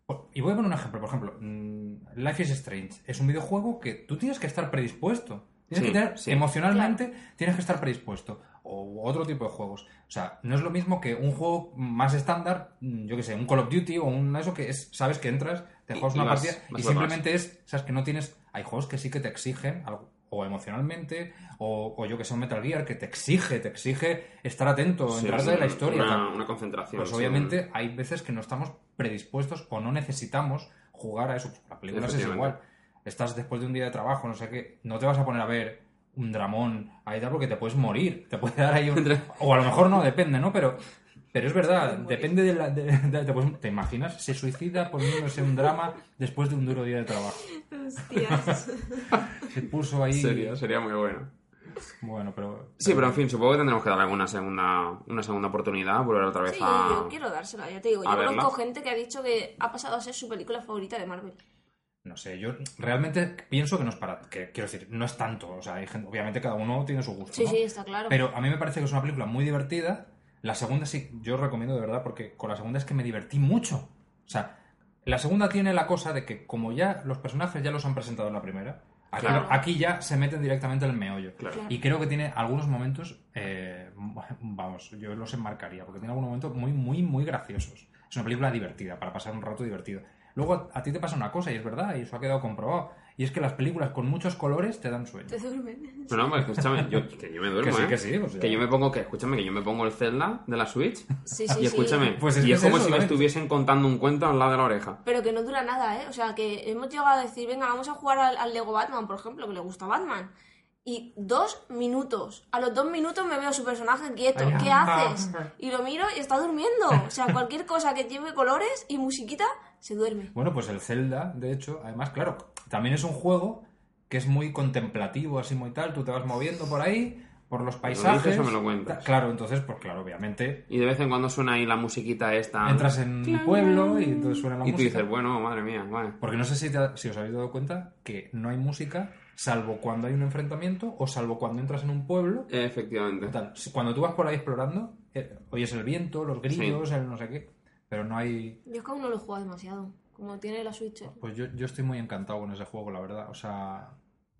A: o- Y voy a poner un ejemplo, por ejemplo, mm, Life is Strange. Es un videojuego que tú tienes que estar predispuesto. Tienes
B: Sí,
A: que tener,
B: sí.
A: emocionalmente, tienes que estar predispuesto. O otro tipo de juegos. O sea, no es lo mismo que un juego más estándar, mm, yo qué sé, un Call of Duty o un eso que es, sabes que entras, te
B: Y-
A: juegas
B: y
A: una
B: vas-
A: partida
B: vas
A: y
B: por más.
A: simplemente simplemente es, sabes que no tienes, hay juegos que sí que te exigen algo, o emocionalmente, o, o yo que sé, un Metal Gear que te exige, te exige estar atento,
B: Sí,
A: entrarte
B: sí,
A: de Pues la
B: una-
A: historia.
B: Una,
A: tal.
B: una concentración.
A: pues
B: sí,
A: obviamente hay veces que no estamos predispuestos o no necesitamos jugar a eso. Las películas es
B: Efectivamente.
A: igual. Estás después de un día de trabajo, no sé qué, no te vas a poner a ver un dramón ahí tal porque te puedes morir, te puede dar
B: <laughs>
A: ahí un... o a lo mejor no, depende, ¿no? Pero pero es verdad, depende de la... de- de- de- pues, ¿Te imaginas? Se suicida poniéndose un drama después de un duro día de trabajo.
C: Hostias.
A: Se puso ahí...
B: un- Sería, sería muy bueno.
A: Bueno, pero...
B: Sí, pero en fin, supongo que tendremos que darle alguna segunda, una segunda oportunidad, volver otra vez
C: Sí,
B: Pues a...
C: yo quiero dársela, ya te digo.
B: A
C: Yo conozco
B: verla.
C: gente que ha dicho que ha pasado a ser su película favorita de Marvel.
A: No sé, yo realmente pienso que no es para... Que, quiero decir, no es tanto. O sea, hay gente, obviamente cada uno tiene su gusto.
C: Sí,
A: ¿no?
C: sí, está claro.
A: Pero a mí me parece que es una película muy divertida. La segunda sí, yo recomiendo de verdad, porque con la segunda es que me divertí mucho. O sea, la segunda tiene la cosa de que como ya los personajes ya los han presentado en la primera, aquí,
C: Claro.
A: aquí ya se meten directamente al meollo.
B: Claro.
C: Claro.
A: Y creo que tiene algunos momentos, eh, vamos, yo los enmarcaría, porque tiene algunos momentos muy, muy, muy graciosos. Es una película divertida, para pasar un rato divertido. Luego a, a ti te pasa una cosa, y es verdad, y eso ha quedado comprobado, y es que las películas con muchos colores te dan sueño.
C: Te duermen.
B: No, no, pues escúchame, yo, que yo me
A: Que
B: duermo,
A: sí,
B: ¿eh?
A: que sí, pues o sea.
B: Que yo me pongo, que escúchame, que yo me pongo el Zelda de la Switch
C: Sí, sí,
B: y
C: sí.
B: escúchame,
A: Pues es
B: y
A: que
B: es
A: es
B: como
A: eso,
B: si me
A: ¿eh?
B: estuviesen contando un cuento al lado de la oreja.
C: Pero que no dura nada, ¿eh? O sea, que hemos llegado a decir, venga, vamos a jugar al, al Lego Batman, por ejemplo, que le gusta Batman. Y dos minutos. A los dos minutos me veo a su personaje quieto.
A: Ay, ah.
C: ¿Qué
A: anda.
C: haces? Y lo miro y está durmiendo.
A: <laughs>
C: O sea, cualquier cosa que lleve colores y musiquita, se duerme.
A: Bueno, pues el Zelda, de hecho, además, claro, también es un juego que es muy contemplativo, así muy tal, tú te vas moviendo por ahí, por los
B: dices
A: paisajes.
B: o me lo cuentas?
A: Ta- Claro, entonces, pues claro, obviamente,
B: Y de vez en cuando suena ahí la musiquita esta.
A: entras en un pueblo y entonces suena la
B: Ah. y tú
A: música.
B: dices, bueno, madre mía, vale.
A: Porque no sé si, te ha- si os habéis dado cuenta que no hay música salvo cuando hay un enfrentamiento o salvo cuando entras en un pueblo.
B: Efectivamente.
A: Tal. Si- Cuando tú vas por ahí explorando, eh, oyes el viento, los grillos, el no sé qué, pero no hay...
C: Yo es que aún no lo he jugado demasiado. Como tiene la Switch. ¿eh?
A: Pues yo, yo estoy muy encantado con ese juego, la verdad. O sea,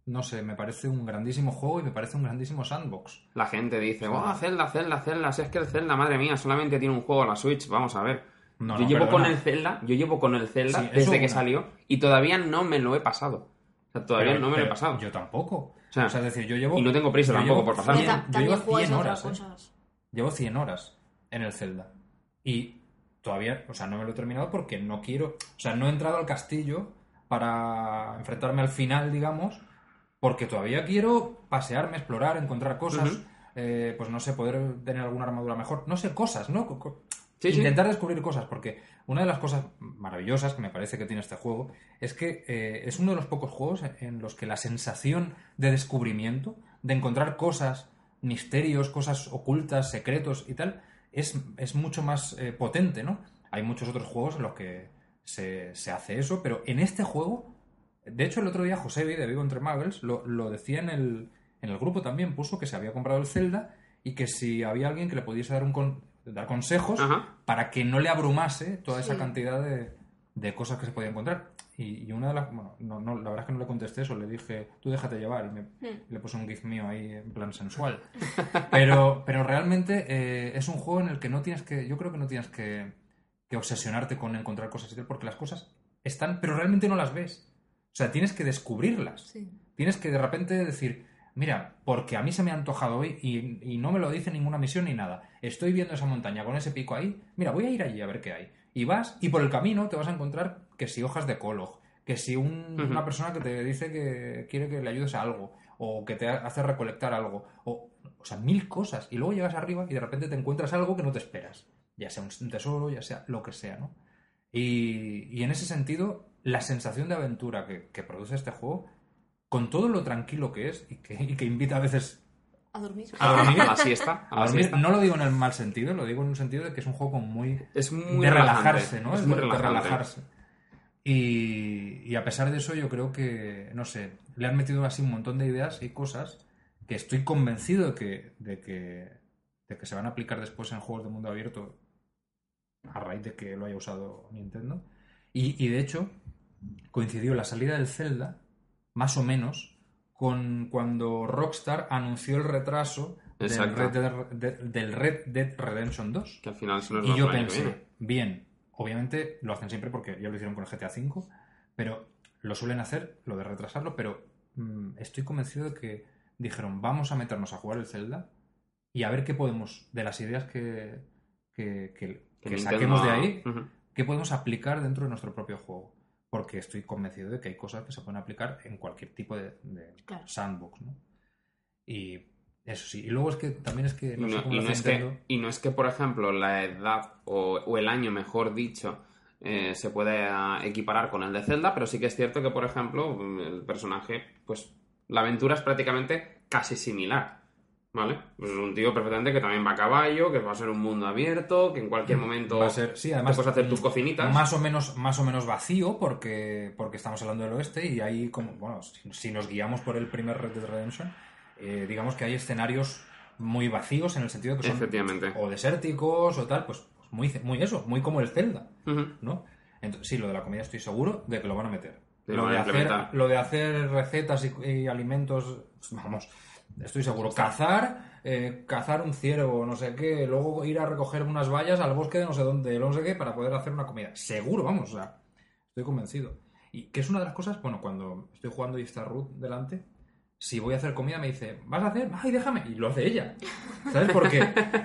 A: no sé, me parece un grandísimo juego y me parece un grandísimo sandbox.
B: La gente dice, oh, Zelda, Zelda, Zelda, si es que el Zelda, madre mía, solamente tiene un juego la Switch, vamos a ver.
A: No,
B: yo
A: no,
B: llevo
A: perdona.
B: con el Zelda, yo llevo con el Zelda
A: Sí, eso
B: desde que
A: una.
B: salió y todavía no me lo he pasado. O sea, todavía
A: Pero-
B: no me lo he
A: pero
B: pasado.
A: Yo tampoco.
B: O sea,
A: O sea, es decir, yo llevo.
B: y no tengo prisa
A: yo
B: tampoco
A: llevo
B: por pasar. También-
C: Yo
A: cien-
C: ta-
A: Yo llevo
C: jugáis
A: 100
C: a otras
A: horas. eh.
C: cosas.
A: Llevo 100 horas en el Zelda. Y todavía, o sea, no me lo he terminado porque no quiero. O sea, no he entrado al castillo para enfrentarme al final, digamos, porque todavía quiero pasearme, explorar, encontrar cosas.
B: Ujú.
A: eh, pues no sé, poder tener alguna armadura mejor. No sé, cosas, ¿no? Co- co-
B: Sí, sí.
A: Intentar descubrir cosas, porque una de las cosas maravillosas que me parece que tiene este juego es que eh, es uno de los pocos juegos en los que la sensación de descubrimiento, de encontrar cosas, misterios, cosas ocultas, secretos y tal, es, es mucho más eh, potente, ¿no? Hay muchos otros juegos en los que se, se hace eso, pero en este juego, de hecho el otro día José de Vivo entre Muggles lo, lo decía en el, en el grupo también, puso que se había comprado el Zelda y que si había alguien que le pudiese dar, un con- dar consejos
B: Ajá.
A: para que no le abrumase toda esa
C: Sí.
A: cantidad de, de cosas que se podía encontrar. Y, y una de las... Bueno, no, no, la verdad es que no le contesté eso, le dije, tú déjate llevar y me,
C: Hmm.
A: le puse un gif mío ahí en plan sensual. Pero, pero realmente eh, es un juego en el que no tienes que... Yo creo que no tienes que, que obsesionarte con encontrar cosas y tal, porque las cosas están, pero realmente no las ves. O sea, tienes que descubrirlas.
C: Sí.
A: Tienes que de repente decir, mira, porque a mí se me ha antojado hoy y, y no me lo dice ninguna misión ni nada. Estoy viendo esa montaña con ese pico ahí, mira, voy a ir allí a ver qué hay. Y vas, y por el camino te vas a encontrar que si hojas de colog, que si un-
B: Ujú.
A: una persona que te dice que quiere que le ayudes a algo, o que te ha- hace recolectar algo, o, o sea, mil cosas. Y luego llegas arriba y de repente te encuentras algo que no te esperas. Ya sea un tesoro, ya sea lo que sea, ¿no? Y, y en ese sentido, la sensación de aventura que, que produce este juego, con todo lo tranquilo que es y que, y que invita a veces
C: A dormir.
A: Ah.
B: A, a la siesta. A
A: a
B: la
A: dormir,
B: siesta.
A: no lo digo en el mal sentido, lo digo en un sentido de que es un juego con muy
B: Es muy
A: de
B: relajante.
A: relajarse, ¿no?
B: Es
A: Es
B: muy
A: de
B: relajante.
A: relajarse. Y, y a pesar de eso, yo creo que, no sé, le han metido así un montón de ideas y cosas que estoy convencido de que, de que de que se van a aplicar después en juegos de mundo abierto a raíz de que lo haya usado Nintendo. Y, y de hecho, coincidió la salida del Zelda, más o menos, con cuando Rockstar anunció el retraso del
B: Exacto.
A: Red, Dead, de- del Red Dead Redemption 2.
B: Que al final se nos va
A: Y yo
B: por ahí, ¿eh?
A: pensé, bien, obviamente lo hacen siempre porque ya lo hicieron con el GTA V, pero lo suelen hacer, lo de retrasarlo, pero mm, estoy convencido de que dijeron, vamos a meternos a jugar el Zelda y a ver qué podemos, de las ideas que, que, que-
B: Que
A: que
B: Nintendo
A: saquemos de
B: ha-
A: ahí,
B: Ujú.
A: qué podemos aplicar dentro de nuestro propio juego. Porque estoy convencido de que hay cosas que se pueden aplicar en cualquier tipo de, de
C: Claro.
A: sandbox, ¿no? Y eso sí. Y luego es que también es que
B: Y
A: no, sé
B: no,
A: cómo
B: y
A: lo
B: no
A: hace
B: es que,
A: Nintendo.
B: y no es que, por ejemplo, la edad o, o el año, mejor dicho, eh, se pueda equiparar con el de Zelda, pero sí que es cierto que, por ejemplo, mm, el personaje, pues la aventura es prácticamente casi similar. ¿Vale? Pues es un tío perfectamente que también va a caballo, que va a ser un mundo abierto, que en cualquier momento
A: Mm, Va a ser- sí, además, mm,
B: te puedes hacer tus cocinitas.
A: Más o menos, más o menos vacío, porque, porque estamos hablando del oeste, y ahí como, bueno, si, si nos guiamos por el primer Red Dead Redemption, eh, digamos que hay escenarios muy vacíos en el sentido que son
B: Efectivamente.
A: o desérticos o tal, pues pues muy, muy eso, muy como el Zelda.
B: Ujú.
A: ¿no? Entonces, sí, lo de la comida estoy seguro de que lo van a meter.
B: Sí,
A: lo,
B: van
A: de
B: a
A: hacer,
B: implementar.
A: lo de hacer recetas y, y alimentos, vamos, estoy seguro. Cazar, eh, cazar un ciervo, no sé qué, luego ir a recoger unas vallas al bosque de no sé dónde, no sé qué, para poder hacer una comida. Seguro, vamos, o sea, estoy convencido. Y que es una de las cosas, bueno, cuando estoy jugando y está Ruth delante, si voy a hacer comida me dice, ¿vas a hacer? Ay, déjame. Y lo hace ella. ¿Sabes por
B: <laughs>
A: qué?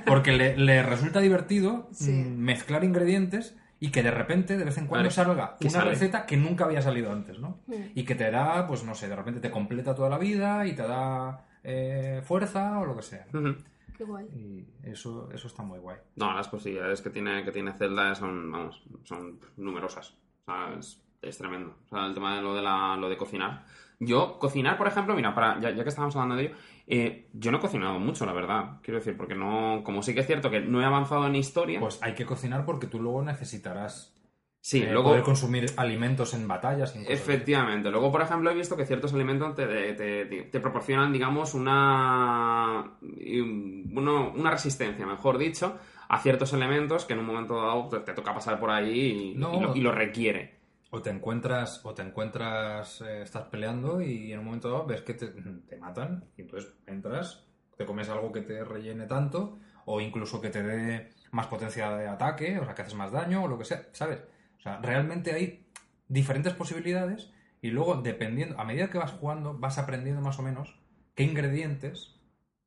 A: Porque le, le resulta divertido
C: Sí.
A: mm, mezclar ingredientes y que de repente, de vez en cuando,
B: Vale.
A: salga
B: Que
A: una
B: sale.
A: receta que nunca había salido antes, ¿no?
C: Mm.
A: Y que te da, pues no sé, de repente te completa toda la vida y te da eh, fuerza o lo que sea. ¿no?
B: Ujú.
C: Qué guay.
A: Y eso, eso está muy guay.
B: No, las posibilidades que tiene, que tiene Zelda son, vamos, son numerosas. O sea, es, es tremendo. O sea, el tema de lo de, la, lo de cocinar. Yo, cocinar, por ejemplo, mira, para, ya, ya que estábamos hablando de ello, eh, yo no he cocinado mucho, la verdad. Quiero decir, porque no, como sí que es cierto que no he avanzado en historia,
A: Pues hay que cocinar porque tú luego necesitarás
B: sí,
A: eh,
B: luego,
A: poder consumir alimentos en batallas. y en cosas así.
B: Efectivamente. Luego, por ejemplo, he visto que ciertos alimentos te, te- te- te proporcionan, digamos, una, y un- uno- una resistencia, mejor dicho, a ciertos elementos que en un momento dado te, te toca pasar por ahí y,
A: No.
B: y lo, y lo requiere.
A: O te encuentras, o te encuentras, eh, estás peleando y en un momento dado ves que te, <laughs> te matan y entonces entras, te comes algo que te rellene tanto o incluso que te dé más potencia de ataque, o sea, que haces más daño o lo que sea, ¿sabes? O sea, realmente hay diferentes posibilidades y luego dependiendo, a medida que vas jugando, vas aprendiendo más o menos qué ingredientes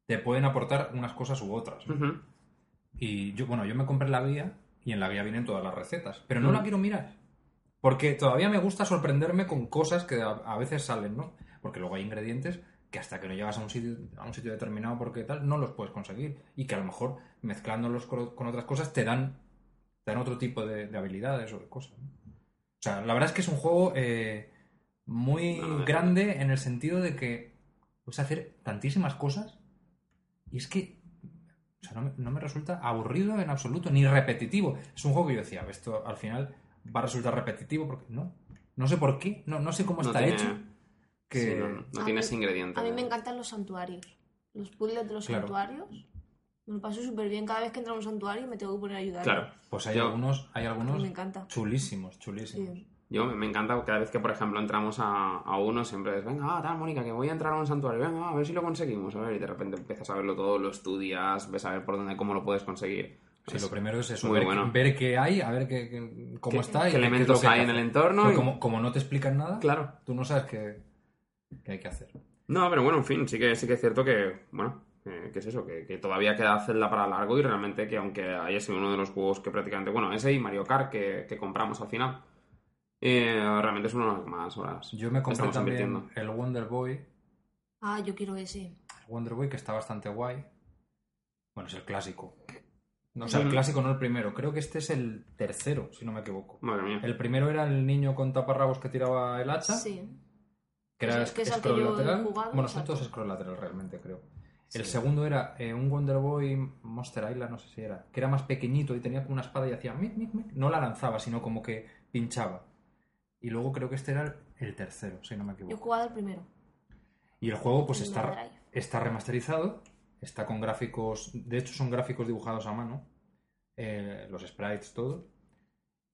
A: te pueden aportar unas cosas u otras. ¿no?
B: Ujú.
A: Y yo, bueno, yo me compré la guía y en la guía vienen todas las recetas, pero no
B: Mm.
A: la quiero mirar. Porque todavía me gusta sorprenderme con cosas que a, a veces salen, ¿no? Porque luego hay ingredientes que hasta que no llegas a un sitio, a un sitio determinado porque tal, no los puedes conseguir. Y que a lo mejor mezclándolos con, con otras cosas te dan, te dan otro tipo de, de habilidades o de cosas. ¿no? O sea, la verdad es que es un juego eh, muy
B: No, no, no.
A: grande en el sentido de que puedes hacer tantísimas cosas y es que o sea, no, me, no me resulta aburrido en absoluto, ni repetitivo. Es un juego que yo decía, esto al final va a resultar repetitivo porque no. No sé por qué, no, no sé cómo
B: No
A: Pues está
B: tiene-
A: hecho. Que...
B: sí, no, no- no
C: A
B: tienes
C: mí-
B: ingredientes.
C: A mí me
B: ¿no?
C: encantan los santuarios. Los puzzles de los
A: Claro.
C: santuarios. Me lo paso súper bien cada vez que entro a un santuario me tengo que poner a ayudar.
B: Claro.
A: Pues hay
B: Yo-
A: algunos, hay algunos
C: Me encanta.
A: chulísimos,
C: Sí.
A: chulísimos.
B: Yo me me encanta cada vez que, por ejemplo, entramos a, a uno, siempre es, venga, ah, tal, Mónica, que voy a entrar a un santuario, venga, a ver si lo conseguimos, a ver, y de repente empiezas a verlo todo, lo estudias, ves a ver por dónde, cómo lo puedes conseguir.
A: Sí,
B: Es-
A: lo primero es eso,
B: muy
A: ver,
B: bueno.
A: qué- ver qué hay, a ver qué, qué- cómo
B: ¿Qué-
A: está.
B: qué
A: y es lo
B: elementos
A: que
B: hay en
A: hacer.
B: el entorno
A: Pero
B: y-
A: Como, como no te explican nada,
B: Claro.
A: tú no sabes qué, qué hay que hacer.
B: No, pero bueno, en fin, sí que, sí que es cierto que, bueno, eh, que es eso, que, que todavía queda Zelda para largo y realmente que aunque haya sido uno de los juegos que prácticamente, bueno, ese y Mario Kart que, que compramos al final, eh, realmente es uno de los que más horas.
A: Yo me compré
B: estamos
A: también
B: invirtiendo.
A: el Wonder Boy, el
C: Ah, yo quiero ese.
A: Wonder Boy que está bastante guay. Bueno, es el clásico. No, o sea,
B: Ujú.
A: el clásico no el primero. Creo que este es el tercero, si no me equivoco.
B: Madre mía.
A: El primero era el niño con taparrabos que tiraba el hacha,
C: Sí.
A: que era
C: Es que es al que
A: scroll
C: yo he
A: lateral.
C: jugado,
A: bueno, son
C: exacto.
A: todos scroll lateral realmente, creo. El
C: Sí.
A: segundo era eh, un Wonder Boy Monster Island, no sé si era, que era más pequeñito y tenía como una espada y hacía mic, mic, mic. No la lanzaba, sino como que pinchaba. Y luego creo que este era el tercero, si no me
C: Yo he
A: equivoco.
C: jugado el primero.
A: Y el juego pues
C: el
A: está,
C: Mega Drive.
A: está remasterizado Está con gráficos, de hecho son gráficos dibujados a mano, eh, los sprites, todo.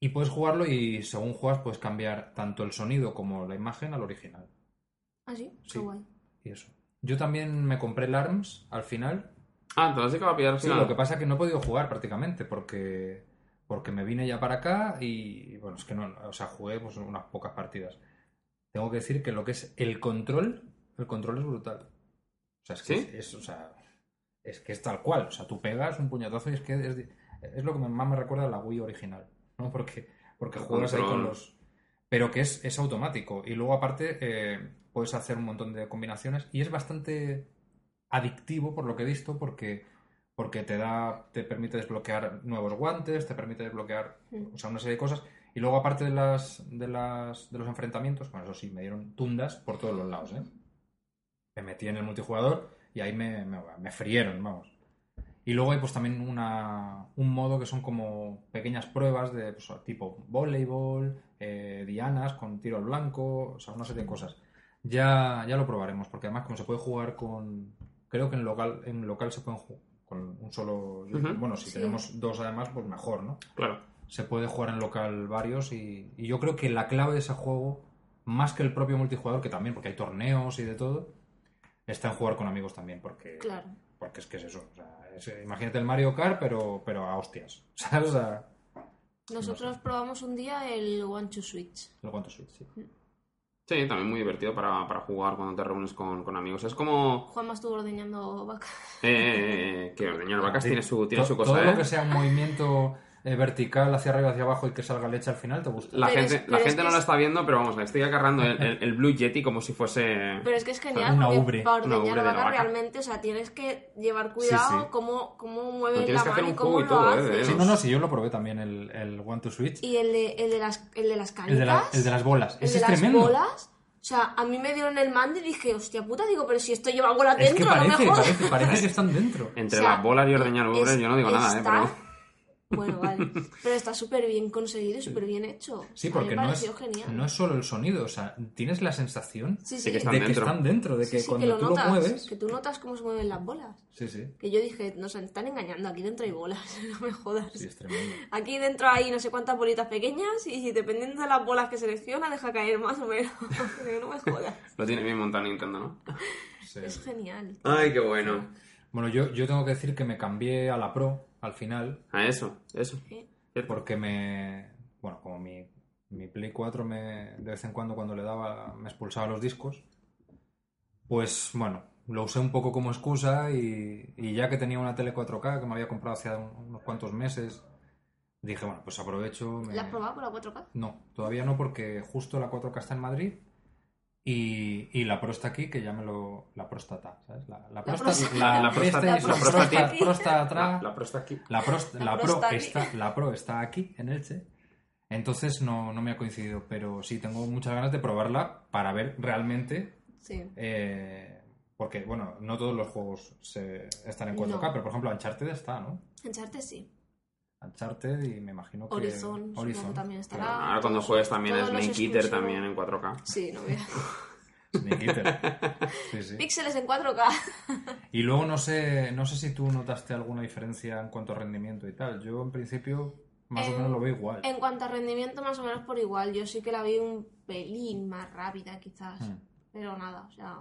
A: Y puedes jugarlo y según juegas puedes cambiar tanto el sonido como la imagen al original.
C: Ah, sí, qué
A: Sí.
C: guay.
A: Y eso. Yo también me compré el ARMS al final.
B: Ah, entonces sí que va a pillar al
A: Sí,
B: final.
A: lo que pasa es que no he podido jugar prácticamente porque porque me vine ya para acá y bueno, es que no, o sea, jugué pues, unas pocas partidas. Tengo que decir que lo que es el control, el control es brutal. O sea, es que
B: ¿Sí?
A: es, es, o sea, es que es tal cual, o sea, tú pegas un puñetazo y es que es, es lo que más me recuerda a la Wii original, ¿no? Porque porque
B: El
A: juegas ahí con
B: control.
A: los pero que es, es automático y luego aparte eh, puedes hacer un montón de combinaciones y es bastante adictivo por lo que he visto porque porque te da te permite desbloquear nuevos guantes te permite desbloquear
C: Mm.
A: o sea una serie de cosas y luego aparte de las de las de los enfrentamientos bueno eso sí me dieron tundas por todos los lados ¿eh? me metí en el multijugador y ahí me, me, me frieron vamos y luego hay pues también una, un modo que son como pequeñas pruebas de pues, tipo voleibol, eh, dianas con tiro al blanco, o sea, una serie de cosas. Ya, ya lo probaremos, porque además como se puede jugar con... Creo que en local, en local se pueden jugar con un solo...
B: Ujú.
A: Bueno, si
C: Sí.
A: tenemos dos además, pues mejor, ¿no?
B: Claro.
A: Se puede jugar en local varios y, y yo creo que la clave de ese juego, más que el propio multijugador, que también, porque hay torneos y de todo, está en jugar con amigos también, porque...
C: Claro.
A: Porque es que es eso. o sea, es- imagínate el Mario Kart, pero, pero a hostias. <laughs> ¿Sabes? O sea,
C: Nosotros probamos un día el One Two Switch.
A: lo cuento Switch, sí.
B: Sí, también muy divertido para, para jugar cuando te reúnes con, con amigos. Es como.
C: Juanma estuvo ordeñando vacas.
B: Eh, eh, eh, que ordeñar vacas
A: Sí.
B: tiene su, tiene
A: To-
B: su
A: Todo
B: cosa,
A: lo
B: ¿eh?
A: que sea un movimiento eh, vertical hacia arriba, hacia abajo y que salga leche al final, ¿te gusta?
B: La
C: Pero
B: gente,
C: es-
B: la
C: pero es
B: gente
C: que
B: no lo
C: es-
B: está viendo, pero vamos, le estoy agarrando el, el- el Blue Yeti como si fuese.
C: <laughs> Pero es que es genial
A: Una
C: porque
A: ubre.
C: para
B: Una
C: ordeñar
B: ubre de la
C: vacas
B: vaca.
C: realmente, o sea, tienes que llevar cuidado
A: sí.
C: cómo, cómo
B: Pero
C: mueves
B: tienes
C: la
B: que hacer
C: mano
B: un
C: y cómo
B: juego y
C: lo
B: todo, ¿eh?
C: haces.
A: Sí, no, no, sí, yo lo probé también el, el One to Switch.
C: Y el de, el de las, el de las canicas.
A: El de, la- el de las bolas.
C: el
A: Ese
C: de
A: es
C: las
A: tremendo.
C: bolas. O sea, a mí me dieron el mando y dije, hostia puta, digo, pero si esto lleva bola
A: Es que
C: dentro, no
A: parece,
C: me jodas.
A: parece, parece que están dentro.
B: <laughs> Entre
C: O sea,
B: las bolas y ordeñar
C: es-
B: ubres, yo no digo nada, ¿eh?
C: está-
B: Pero. <laughs>
C: Bueno, vale. Pero está súper bien conseguido y súper bien hecho.
A: Sí,
C: A mí
A: porque
C: me
A: no es,
C: pareció genial.
A: no es solo el sonido, o sea, tienes la sensación
C: Sí,
B: Sí
C: sí,
B: que está-
A: de que
B: dentro.
A: están dentro, de
C: sí,
A: que
C: sí,
A: cuando
C: que lo
A: tú
C: notas.
A: lo mueves.
C: Que tú notas cómo se mueven las bolas.
A: Sí, sí,
C: Que yo dije, nos están engañando, aquí dentro hay bolas, <laughs> no me jodas.
A: sí, es tremendo.
C: Aquí dentro hay no sé cuántas bolitas pequeñas y dependiendo de las bolas que selecciona deja caer más o menos. <laughs> Digo, no me jodas.
B: Lo tiene bien montado Nintendo, ¿no?
A: Sí.
C: Es genial.
B: Ay, qué bueno.
A: Bueno, yo, yo tengo que decir que me cambié a la Pro al final,
B: A eso, eso.
C: ¿eh?
A: porque me. Bueno, como mi, mi Play 4 me, de vez en cuando, cuando le daba, me expulsaba los discos, pues bueno, lo usé un poco como excusa y, y ya que tenía una tele 4K que me había comprado hace un- unos cuantos meses, dije, bueno, pues aprovecho. Me...
C: ¿La has probado con la 4K?
A: No, todavía no, porque justo la 4K está en Madrid. Y, y la Pro está aquí, que ya me lo. La próstata, ¿sabes? La, la próstata.
C: próstata.
A: La,
B: La próstata.
A: esta-
B: La
A: la
B: próstata.
A: próstata. próstata-
B: La, la prosta aquí.
A: la, pros-
C: La
A: la pro
C: prosta-
A: está, la pro está aquí, en Elche. Entonces no, no me ha coincidido, pero sí tengo muchas ganas de probarla para ver realmente.
C: Sí.
A: eh, porque, bueno, no todos los juegos se, están en 4K,
C: No.
A: pero por ejemplo, Uncharted está, ¿no?
C: Encharte sí.
A: Uncharted y me imagino que.
C: Horizon, supongo
A: Horizon.
C: que también estará.
A: Claro.
B: Ahora cuando juegues también
C: Ah, todos los
B: Snake Eater
C: exclusivos.
B: también en 4K.
C: Sí, no veas.
A: Snake Eater. Sí, sí.
C: <laughs> Píxeles en 4K.
A: Y luego no sé, no sé si tú notaste alguna diferencia en cuanto a rendimiento y tal. Yo en principio más
C: En-
A: o menos lo veo igual.
C: En cuanto a rendimiento, más o menos por igual. Yo sí que la vi un pelín más rápida, quizás.
A: Mm.
C: Pero nada, o sea,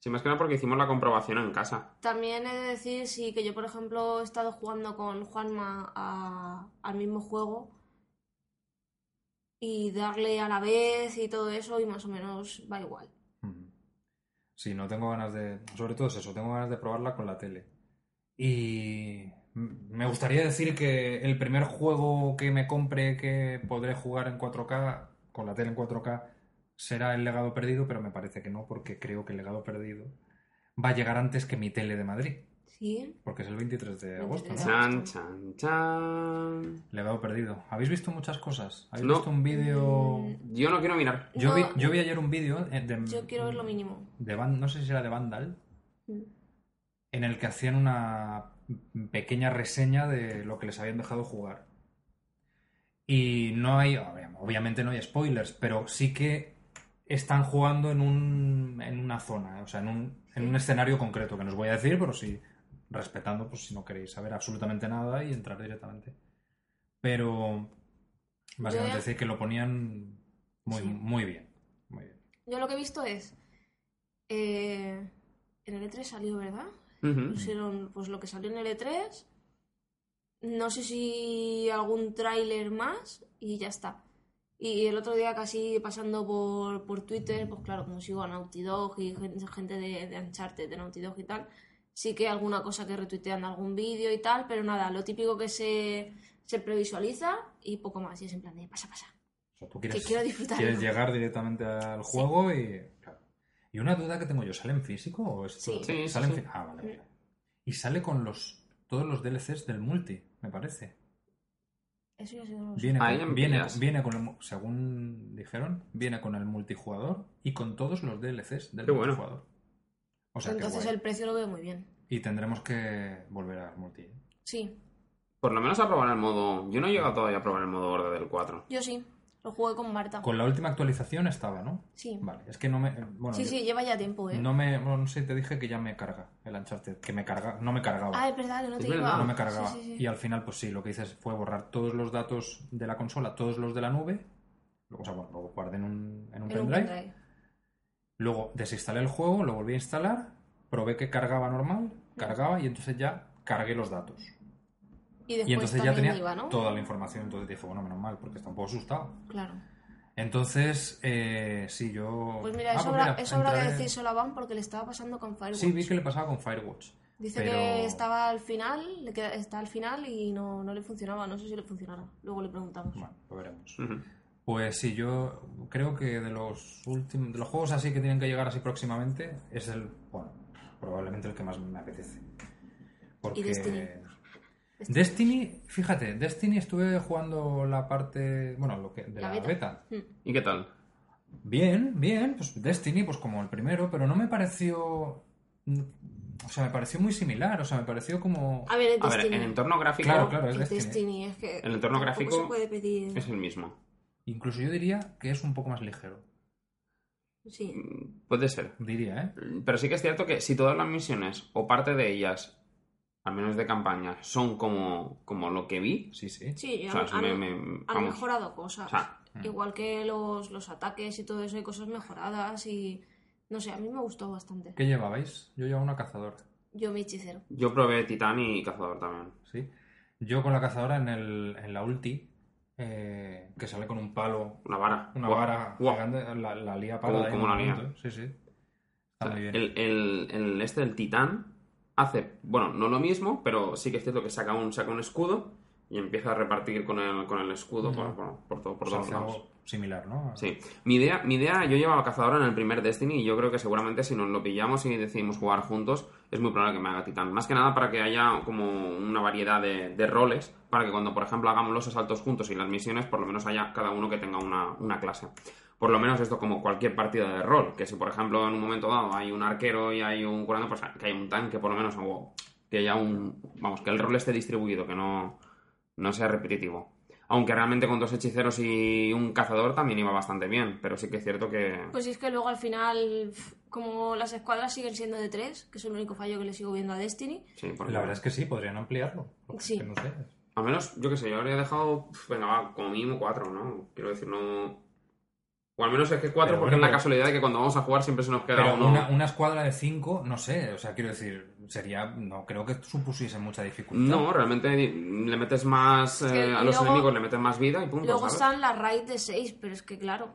B: Sí, más que nada porque hicimos la comprobación en casa.
C: También he de decir, sí, que yo, por ejemplo, he estado jugando con Juanma a- al mismo juego y darle a la vez y todo eso y más o menos va igual.
A: Mm. Sí, no tengo ganas de. Sobre todo es eso, tengo ganas de probarla con la tele. Y. m- Me gustaría decir que el primer juego que me compre que podré jugar en 4K, con la tele en 4K, será El Legado Perdido, pero me parece que no, porque creo que El Legado Perdido va a llegar antes que mi tele de Madrid,
C: ¿Sí?
A: porque es el 23 de agosto. ¿no?
C: 23.
B: Chan, chan, chan.
A: Legado Perdido. ¿Habéis visto muchas cosas? ¿Habéis
B: No.
A: visto un vídeo?
C: Mm,
B: Yo no quiero mirar.
A: Yo,
C: No.
A: vi, yo vi ayer un vídeo eh, de.
C: Yo quiero ver lo mínimo.
A: de Van- no sé si era de Vandal,
C: Mm.
A: en el que hacían una pequeña reseña de lo que les habían dejado jugar. Y no hay, obviamente no hay spoilers, pero sí que están jugando en, un, en una zona, o sea, en un, en un escenario concreto, que no os voy a decir, pero si respetando pues si no queréis saber absolutamente nada y entrar directamente. Pero básicamente
C: Yo-
A: decir que lo ponían muy,
C: Sí.
A: muy bien. Muy bien.
C: Yo lo que he visto es. eh, en el E3 salió, ¿verdad?
B: Ujú.
C: Pusieron pues lo que salió en el E3. No sé si algún tráiler más y ya está. Y el otro día casi pasando por, por Twitter, pues claro, como sigo a Naughty Dog y gen- gente de, de Uncharted, de Naughty Dog y tal, sí que alguna cosa que retuitean de algún vídeo y tal, pero nada, lo típico que se, se previsualiza y poco más. Y es en plan de pasa, pasa.
A: O sea, tú quieres,
C: quiero disfrutarlo.
A: quieres llegar directamente al juego y. claro. Y una duda que tengo yo, ¿sale en físico o esto?
C: Sí.
B: Sí, sí,
A: sale en
B: sí.
A: fi- Ah, vale, vale. Y sale con los todos los DLCs del multi, me parece.
C: Eso ya se lo
A: Viene,
B: Ahí
A: con,
B: me
A: viene,
B: pillas.
A: viene con el, mu- según dijeron, viene con el multijugador y con todos los DLCs del
B: Qué bueno.
A: multijugador. O sea, que
C: Entonces
A: guay.
C: el precio lo veo muy bien.
A: Y tendremos que volver al multi. ¿eh?
C: Sí,
B: Por lo menos a probar el modo. Yo no he llegado todavía a probar el modo orden del 4.
C: yo sí. Lo jugué con Marta.
A: Con la última actualización estaba, ¿no?
C: Sí.
A: Vale, es que no me... Bueno,
C: sí,
A: yo-
C: sí, lleva ya tiempo, ¿eh?
A: No me... bueno, no sé, te dije que ya me carga el Uncharted. Que me carga... No me cargaba.
C: Ah, es verdad, que no
B: Es
C: te
B: verdad,
C: iba.
B: Ah,
A: no me cargaba.
C: Sí, sí, sí.
A: Y al final, pues sí, lo que hice fue borrar todos los datos de la consola, todos los de la nube. O sea, bueno, lo guardé en un, en un
C: En un
A: pendrive.
C: pendrive.
A: Luego desinstalé el juego, lo volví a instalar, probé que cargaba normal, cargaba y entonces ya cargué los datos.
C: Y después
A: Y entonces ya
C: también
A: tenía
C: iba, ¿no?
A: toda la información, entonces dije, bueno, menos mal, porque está un poco asustado.
C: Claro.
A: Entonces, eh, sí, yo...
C: Pues mira,
A: Ah,
C: eso,
A: Ah, pues
C: habrá,
A: mira,
C: eso habrá que
A: entraré-
C: decir solo a Van porque le estaba pasando con Firewatch.
A: Sí, vi que le pasaba con Firewatch.
C: Dice
A: pero-
C: que estaba al final, le queda- está al final y no, no le funcionaba. No sé si le funcionará. Luego le preguntamos.
A: Bueno, lo veremos.
B: Ujú.
A: Pues sí, yo creo que de los últimos, de los juegos así que tienen que llegar así próximamente, es el, bueno, probablemente el que más me apetece. Porque
C: Destiny?
A: Destiny, fíjate, Destiny estuve jugando la parte, bueno, lo que de
C: La
A: la,
C: beta.
A: beta.
C: Hmm.
B: ¿Y qué tal?
A: Bien, bien, pues Destiny pues como el primero, pero no me pareció o sea, me pareció muy similar, o sea, me pareció como
C: A ver, es
B: A ver,
C: Destiny.
B: el entorno gráfico
A: Claro, claro, es
C: Es
A: Destiny.
C: Destiny, es que.
B: El entorno
C: tampoco
B: gráfico
C: se puede pedir.
B: es el mismo.
A: Incluso yo diría que es un poco más ligero,
C: Sí.
B: Mm, Puede ser.
A: diría, ¿eh?
B: Pero sí que es cierto que si todas las misiones o parte de ellas, al menos de campaña, son como, como lo que vi,
A: Sí, sí.
C: Sí,
B: o
C: a-
B: sea,
C: a-
B: me- me-
C: han
B: vamos.
C: mejorado cosas.
B: O sea, mm.
C: Igual que los, los ataques y todo eso, hay cosas mejoradas y. No sé, a mí me gustó bastante.
A: ¿Qué llevabais? Yo llevaba una cazadora.
C: Yo mi hechicero.
B: yo probé Titán y Cazador también.
A: ¿sí? Yo con la cazadora en, el, en la ulti, eh, que sale con un palo,
B: Una vara.
A: una
B: Guau,
A: vara
B: guau.
A: gigante, la, la lía
B: Como-
A: para
B: como la lía.
A: Sí, sí.
B: O
A: Está
B: sea,
A: muy bien.
B: el, el- el- este del titán hace, bueno, no lo mismo, pero sí que es cierto que saca un, saca un escudo y empieza a repartir con el, con el escudo por,
A: Ujú.
B: por, por todo- por
A: O sea,
B: todos
A: hace
B: lados.
A: algo similar, ¿no?
B: Sí. Mi idea, mi idea, yo llevaba cazadora en el primer Destiny y yo creo que seguramente si nos lo pillamos y decidimos jugar juntos, es muy probable que me haga titán. Más que nada para que haya como una variedad de, de roles, para que cuando, por ejemplo, hagamos los asaltos juntos y las misiones, por lo menos haya cada uno que tenga una, una clase. Por lo menos esto como cualquier partida de rol, que si por ejemplo en un momento dado hay un arquero y hay un curando, pues que hay un tanque por lo menos, o que haya un... Vamos, que el rol esté distribuido, que no, no sea repetitivo. Aunque realmente con dos hechiceros y un cazador también iba bastante bien, pero sí que es cierto que...
C: Pues es que luego al final, pf, como las escuadras siguen siendo de tres, que es el único fallo que le sigo viendo a Destiny,
B: Sí, porque-
A: La verdad es que sí, podrían ampliarlo. porque es
C: Sí.
A: que no sé.
B: Al menos, yo qué sé, yo habría dejado, pf, venga, va, como mínimo cuatro, ¿no? Quiero decir, no... O al menos es que cuatro,
A: Pero
B: porque
A: bueno,
B: es la
A: pero-
B: casualidad de que cuando vamos a jugar siempre se nos queda
A: Pero
B: uno...
A: una, una escuadra de cinco, no sé, o sea, quiero decir, sería, no creo que supusiese mucha dificultad.
B: No, realmente le metes más...
C: Es que
B: eh, a los
C: luego-
B: enemigos le metes más vida y punto,
C: luego
B: ¿sabes?
C: están las raids de seis, pero es que claro,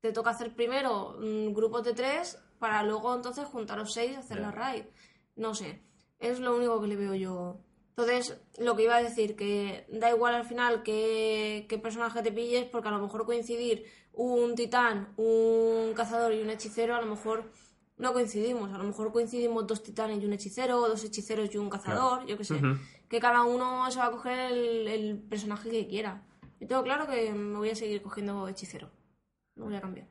C: te toca hacer primero mm, grupos de tres para luego entonces juntaros seis y hacer
A: Ya.
C: la raid. No sé, es lo único que le veo yo. Entonces, lo que iba a decir, que da igual al final qué, qué personaje te pilles, porque a lo mejor coincidir un titán, un cazador y un hechicero, a lo mejor no coincidimos. A lo mejor coincidimos dos titanes y un hechicero, o dos hechiceros y un cazador, yo qué sé.
B: Ujú.
C: Que cada uno se va a coger el, el personaje que quiera. Yo tengo claro que me voy a seguir cogiendo hechicero. No voy a cambiar.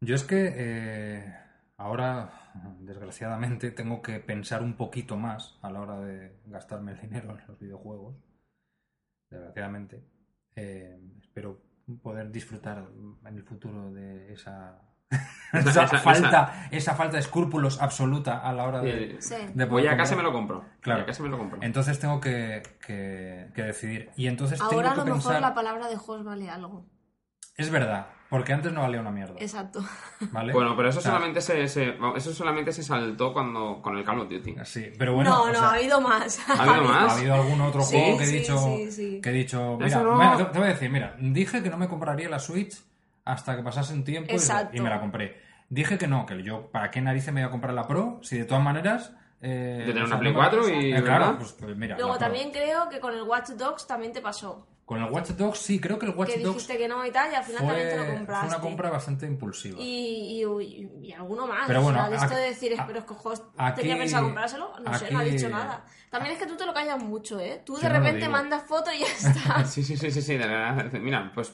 A: Yo es que eh, ahora, desgraciadamente, tengo que pensar un poquito más a la hora de gastarme el dinero en los videojuegos. Desgraciadamente. Eh, espero poder disfrutar en el futuro de esa <laughs> esa,
B: esa-
A: falta, esa falta de escrúpulos absoluta a la hora de.
B: Eh,
C: Sí.
A: de
B: Voy
A: poder
B: a casa
A: comprar.
B: y me lo compro.
A: Claro.
B: Voy a casa y me lo compro.
A: Entonces tengo que, que- que decidir. Y entonces
C: Ahora
A: pues
C: a
A: tengo
C: lo
A: que
C: mejor
A: pensar.
C: la palabra de host vale algo.
A: Es verdad, porque antes no valía una mierda.
C: Exacto.
A: ¿Vale?
B: Bueno, pero eso
A: O sea,
B: solamente se, se- eso solamente se saltó cuando con el Call of <laughs> Duty.
A: Sí, pero bueno.
C: no,
A: o
C: no,
A: sea,
C: ha habido más.
A: <laughs>
B: ¿Ha habido
A: ¿Ha
B: más?
A: habido algún otro
C: Sí,
A: juego que he
C: sí,
A: dicho?
C: sí, sí.
A: Que he dicho, mira,
B: Eso no.
A: mira, te, te voy a decir, mira, dije que no me compraría la Switch hasta que pasase un tiempo y-
C: Exacto.
A: y me la compré. Dije que no, que yo, ¿para qué narices me voy a comprar la Pro? Si de todas maneras. eh,
B: De tener
A: pues,
B: una Play
A: no-
B: 4 y-
A: Eh, claro,
B: ¿verdad?
A: pues, pues mira. la Pro.
C: Luego también creo que con el Watch Dogs también te pasó.
A: Con el Watch Dogs, sí, creo que el Watch
C: Que
A: Dogs
C: dijiste que no y tal, y al final también te lo
A: fue, fue
C: compraste.
A: una compra bastante impulsiva.
C: y, y- y- y alguno más.
A: Pero
C: o
A: bueno,
C: sea, de esto
A: ac-
C: de decir,
A: a-
C: pero es que host
A: aquí-
C: tenía pensado comprárselo, no sé, no ha
A: aquí-
C: dicho nada. También es que tú te lo callas mucho, ¿eh? Tú
A: Yo
C: de
A: no lo
C: repente
A: digo.
C: mandas fotos y
A: <laughs>
C: ya está.
B: Ah, Sí, sí, sí, sí, sí, de verdad. Mira, pues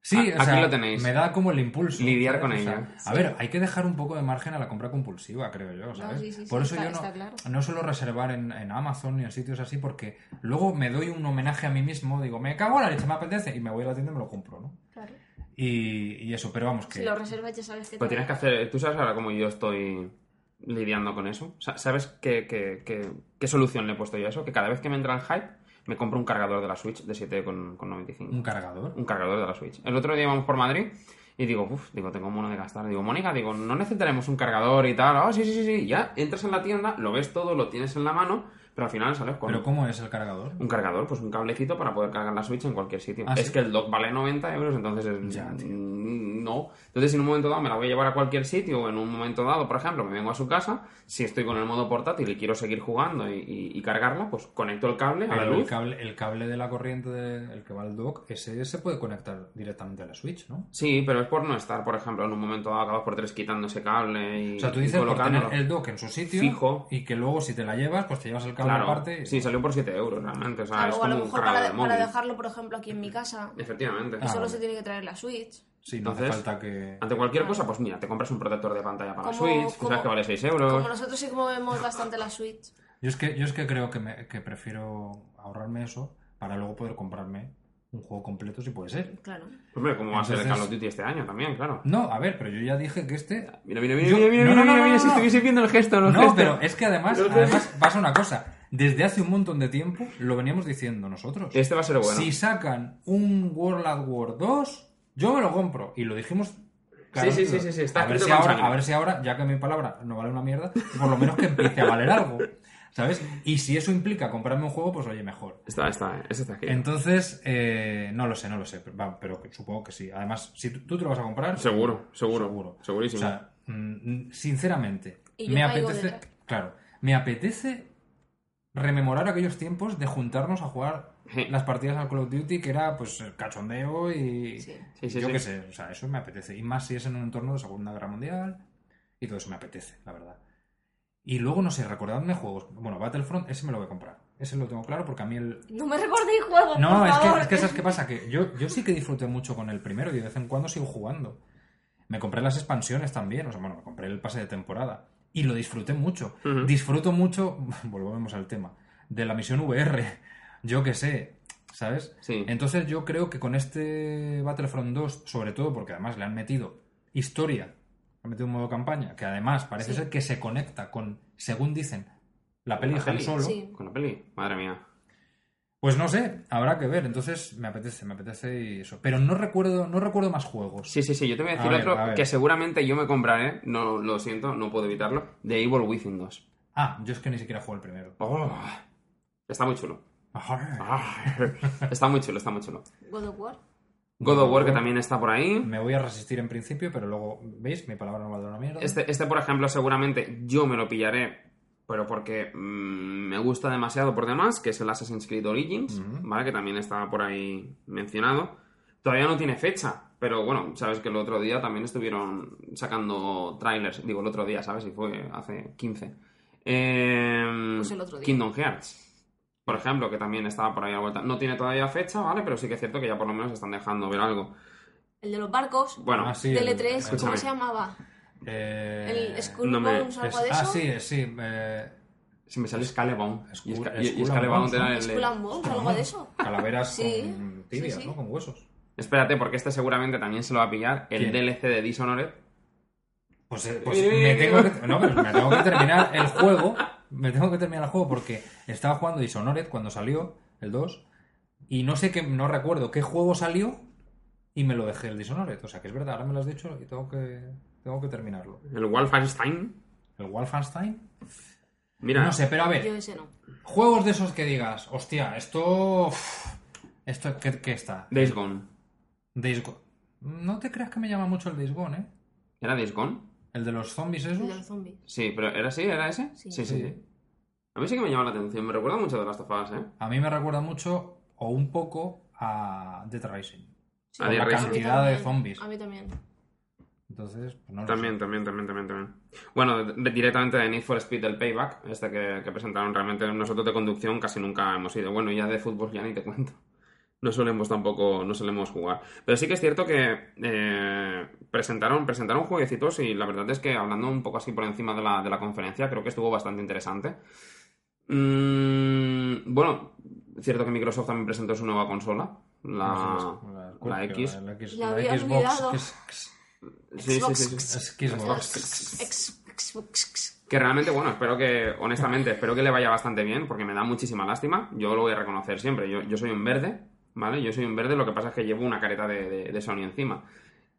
A: Sí,
B: A-
A: o sea,
B: aquí lo tenéis.
A: me da como el impulso.
B: Lidiar con
A: O sea,
B: ello.
A: A ver, hay que dejar un poco de margen a la compra compulsiva, creo yo, ¿sabes?
C: sí, sí, sí,
A: Por eso
C: está-
A: yo no,
C: está claro.
A: no suelo reservar en, en Amazon ni en sitios así porque luego me doy un homenaje a mí mismo, digo, me cago en la leche, me apetece y me voy a la tienda y me lo compro, ¿no?
C: Claro.
A: Y, y eso, pero vamos que...
C: Si lo reservas ya sabes que
B: Pues
C: te-
B: tienes que hacer. Tú sabes ahora cómo yo estoy lidiando con eso. Sa- ¿Sabes qué, qué- qué- qué solución le he puesto yo a eso? Que cada vez que me entra el hype, me compro un cargador de la Switch de 7,95.
A: ¿Un cargador?
B: Un cargador de la Switch. El otro día vamos por Madrid y digo, uff, digo, tengo mono de gastar. Digo, Mónica, digo, no necesitaremos un cargador y tal. Ah, sí, sí, sí, sí. Ya entras en la tienda, lo ves todo, lo tienes en la mano, pero al final sales con.
A: ¿Pero cómo es el cargador?
B: Un cargador, pues un cablecito para poder cargar la Switch en cualquier sitio.
A: Ah,
B: es
A: ¿sí?
B: que el dock vale 90 euros, entonces es-
A: Ya, tío.
B: mm, no. Entonces, si en un momento dado me la voy a llevar a cualquier sitio, o en un momento dado, por ejemplo, me vengo a su casa, si estoy con el modo portátil y quiero seguir jugando y, y- y cargarla, pues conecto el cable a la
A: Pero el
B: luz.
A: cable, el cable de la corriente, de- el que va al dock, ese se puede conectar directamente a la Switch, ¿no?
B: Sí, pero es por no estar, por ejemplo, en un momento dado, acabas por tres quitando ese cable y,
A: O sea, tú
B: y
A: dices por tener
B: colocándolo.
A: el dock en su sitio
B: Fijo.
A: y que luego si te la llevas, pues te llevas el cable
B: Claro,
A: aparte. y-
B: sí, salió por 7 euros realmente. O sea,
C: Claro,
B: es
C: o a
B: como
C: lo
B: un
C: mejor
B: cargador
C: para,
B: de
C: de- para
B: móvil.
C: dejarlo, por ejemplo, aquí en mi casa.
B: Efectivamente.
A: Ah,
C: Solo
A: vale.
C: se tiene que traer la Switch.
A: Sí, no hace
B: Entonces,
A: falta que...
B: Ante cualquier cosa, pues mira, te compras un protector de pantalla para la
C: Como-
B: Switch, que
C: como-
B: sabes que vale 6
C: Como
B: euros.
C: nosotros sí movemos bastante la Switch.
A: Yo es que, yo es que creo que, me- que prefiero ahorrarme eso para luego poder comprarme un juego completo si puede ser.
C: Claro.
B: Hombre, ¿cómo va a ser el
A: Entonces-
B: Call of Duty este año también? Claro.
A: No, a ver, pero yo ya dije que este...
B: Mira, mira, mira,
A: Yo-
B: mira, mira,
A: no,
B: mira,
A: no, no,
B: mira,
A: no,
B: si
A: no.
B: estuviese viendo el gesto, este- los
A: No,
B: gestos.
A: pero es que además,
B: Los
A: además pasa una cosa. Desde hace un montón de tiempo lo veníamos diciendo nosotros.
B: Este va a ser bueno.
A: Si sacan un World at War 2, yo me lo compro. Y lo dijimos.
B: Sí, sí, sí, sí, sí, está
A: a, ver
B: escrito
A: si ahora,
B: con sangre.
A: a ver si ahora, ya que mi palabra no vale una mierda, por lo menos que empiece a valer algo. ¿Sabes? Y si eso implica comprarme un juego, pues oye, mejor.
B: Está, está, este está aquí.
A: Entonces, eh, no lo sé, no lo sé. Pero, va, pero que- supongo que sí. Además, si tú, tú te lo vas a comprar.
B: Seguro, seguro,
A: Seguro.
B: Segurísimo.
A: O sea, mm, sinceramente,
C: Y yo
A: me
C: caigo
A: apetece.
C: detrás.
A: Claro, me apetece rememorar aquellos tiempos de juntarnos a jugar
B: <laughs> Sí.
A: las partidas al Call of Duty, que era pues el cachondeo y.
C: Sí.
B: Sí, sí,
A: yo
B: sí.
A: qué sé, o sea, eso me apetece. Y más si es en un entorno de Segunda Guerra Mundial y todo eso me apetece, la verdad. Y luego, no sé, recordadme juegos. Bueno, Battlefront, ese me lo voy a comprar. Ese lo tengo claro porque a mí el,
C: No me recordéis juegos,
A: no,
C: por
A: es
C: favor.
A: que, es que ¿sabes qué pasa? Que yo, yo sí que disfruté mucho con el primero y de vez en cuando sigo jugando. Me compré las expansiones también, o sea, bueno, me compré el pase de temporada y lo disfruté mucho.
B: Ujú.
A: Disfruto mucho, <laughs> volvemos al tema, de la misión VR, yo qué sé, ¿sabes?
B: Sí.
A: Entonces yo creo que con este Battlefront 2, sobre todo porque además le han metido historia, han metido un modo campaña, que además parece
C: Sí.
A: ser que se conecta con, según dicen, la peli
B: La
A: de Han
B: peli.
A: Solo.
C: Sí.
B: Con la peli, madre mía.
A: Pues no sé, habrá que ver. Entonces me apetece, me apetece y eso. Pero no recuerdo, no recuerdo más juegos.
B: Sí, sí, sí, yo te voy a
A: A
B: decir
A: ver,
B: otro
A: a ver.
B: que seguramente yo me compraré, no lo siento, no puedo evitarlo, de Evil Within 2.
A: Ah, yo es que ni siquiera juego el primero.
B: Oh, está muy chulo.
A: Ajá.
B: Ah, <laughs> está muy chulo, está muy chulo.
C: God of War.
B: God of War, que también está por ahí.
A: Me voy a resistir en principio, pero luego, ¿veis? Mi palabra no vale una mierda.
B: Este, este, por ejemplo, seguramente yo me lo pillaré, pero porque mm, me gusta demasiado por demás, que es el Assassin's Creed Origins,
A: Ujú.
B: ¿vale? Que también estaba por ahí mencionado. Todavía no tiene fecha, pero bueno, sabes que el otro día también estuvieron sacando trailers. Digo, el otro día, ¿sabes? Y fue hace 15. Eh,
C: Pues el otro día.
B: Kingdom Hearts. Por ejemplo, que también estaba por ahí a la vuelta. No tiene todavía fecha, ¿vale? Pero sí que es cierto que ya por lo menos están dejando ver algo.
C: El de los barcos.
B: Bueno,
A: Ah, sí,
C: del
A: el-
C: E3.
A: el-
B: escúchame.
C: ¿Cómo se llamaba?
A: eh,
C: El Skull
B: no me-
C: Bones o algo
A: es-
C: de eso.
A: Ah, sí, sí. eh,
B: se me sale Scalebound. Y,
A: Skull-
B: Sca- y- y
A: Skull and
B: Scalebound
A: Bones,
B: era
A: ¿no?
B: el...
C: Skull and Bones, algo de eso.
A: calaveras
C: Sí,
A: con tibias,
C: sí, sí.
A: ¿no? Con huesos.
B: Espérate, porque este seguramente también se lo va a pillar el
A: ¿Quién?
B: DLC de Dishonored,
A: Pues, eh, pues me, tengo que, no, pero me tengo que terminar el juego. Me tengo que terminar el juego porque estaba jugando Dishonored cuando salió, el 2. Y no sé qué, no recuerdo qué juego salió y me lo dejé el Dishonored. O sea que es verdad, ahora me lo has dicho y tengo que, tengo que terminarlo.
B: El Wolfenstein.
A: ¿El Wolfenstein?
B: Mira,
A: No sé, pero a
C: Yo
A: ver,
C: ese no.
A: juegos de esos que digas, hostia, esto. uf, esto ¿Qué, qué está?
B: Days Gone.
A: Days Gone. No te creas que me llama mucho el Days Gone, ¿eh?
B: ¿Era Days Gone?
A: El de los zombies
C: El
A: esos.
C: de los zombies.
B: Sí, pero ¿era así? ¿Era ese?
C: Sí.
B: sí, sí. sí. A mí sí que me llama la atención. Me recuerda mucho de Last of Us, ¿eh?
A: A mí me recuerda mucho o un poco a Dead Rising.
C: Sí,
B: A Dead
C: mí
B: Rising.
A: Cantidad de
C: también.
A: zombies.
C: A mí también.
A: Entonces, pues no lo
B: También,
A: sé.
B: también, también, también, también. Bueno, de- directamente de Need for Speed, el Payback, este que, que presentaron realmente nosotros de conducción casi nunca hemos ido. Bueno, ya de fútbol ya ni te cuento. No solemos tampoco, no solemos jugar. Pero sí que es cierto que eh, presentaron, presentaron jueguecitos y la verdad es que hablando un poco así por encima de la, de la conferencia, creo que estuvo bastante interesante. Mm, bueno, cierto que Microsoft también presentó su nueva consola, la, la X.
A: La, X-
C: La
A: la
C: había
A: Xbox.
C: olvidado.
A: que es- que es-
B: Sí, sí, sí, sí.
A: es Xbox.
C: Ex- ex- ex-
B: Que realmente, bueno, espero que, honestamente, espero que le vaya bastante bien, porque me da muchísima lástima. Yo lo voy a reconocer siempre. Yo, yo soy un verde, ¿vale? Yo soy un verde, lo que pasa es que llevo una careta de, de- de Sony encima.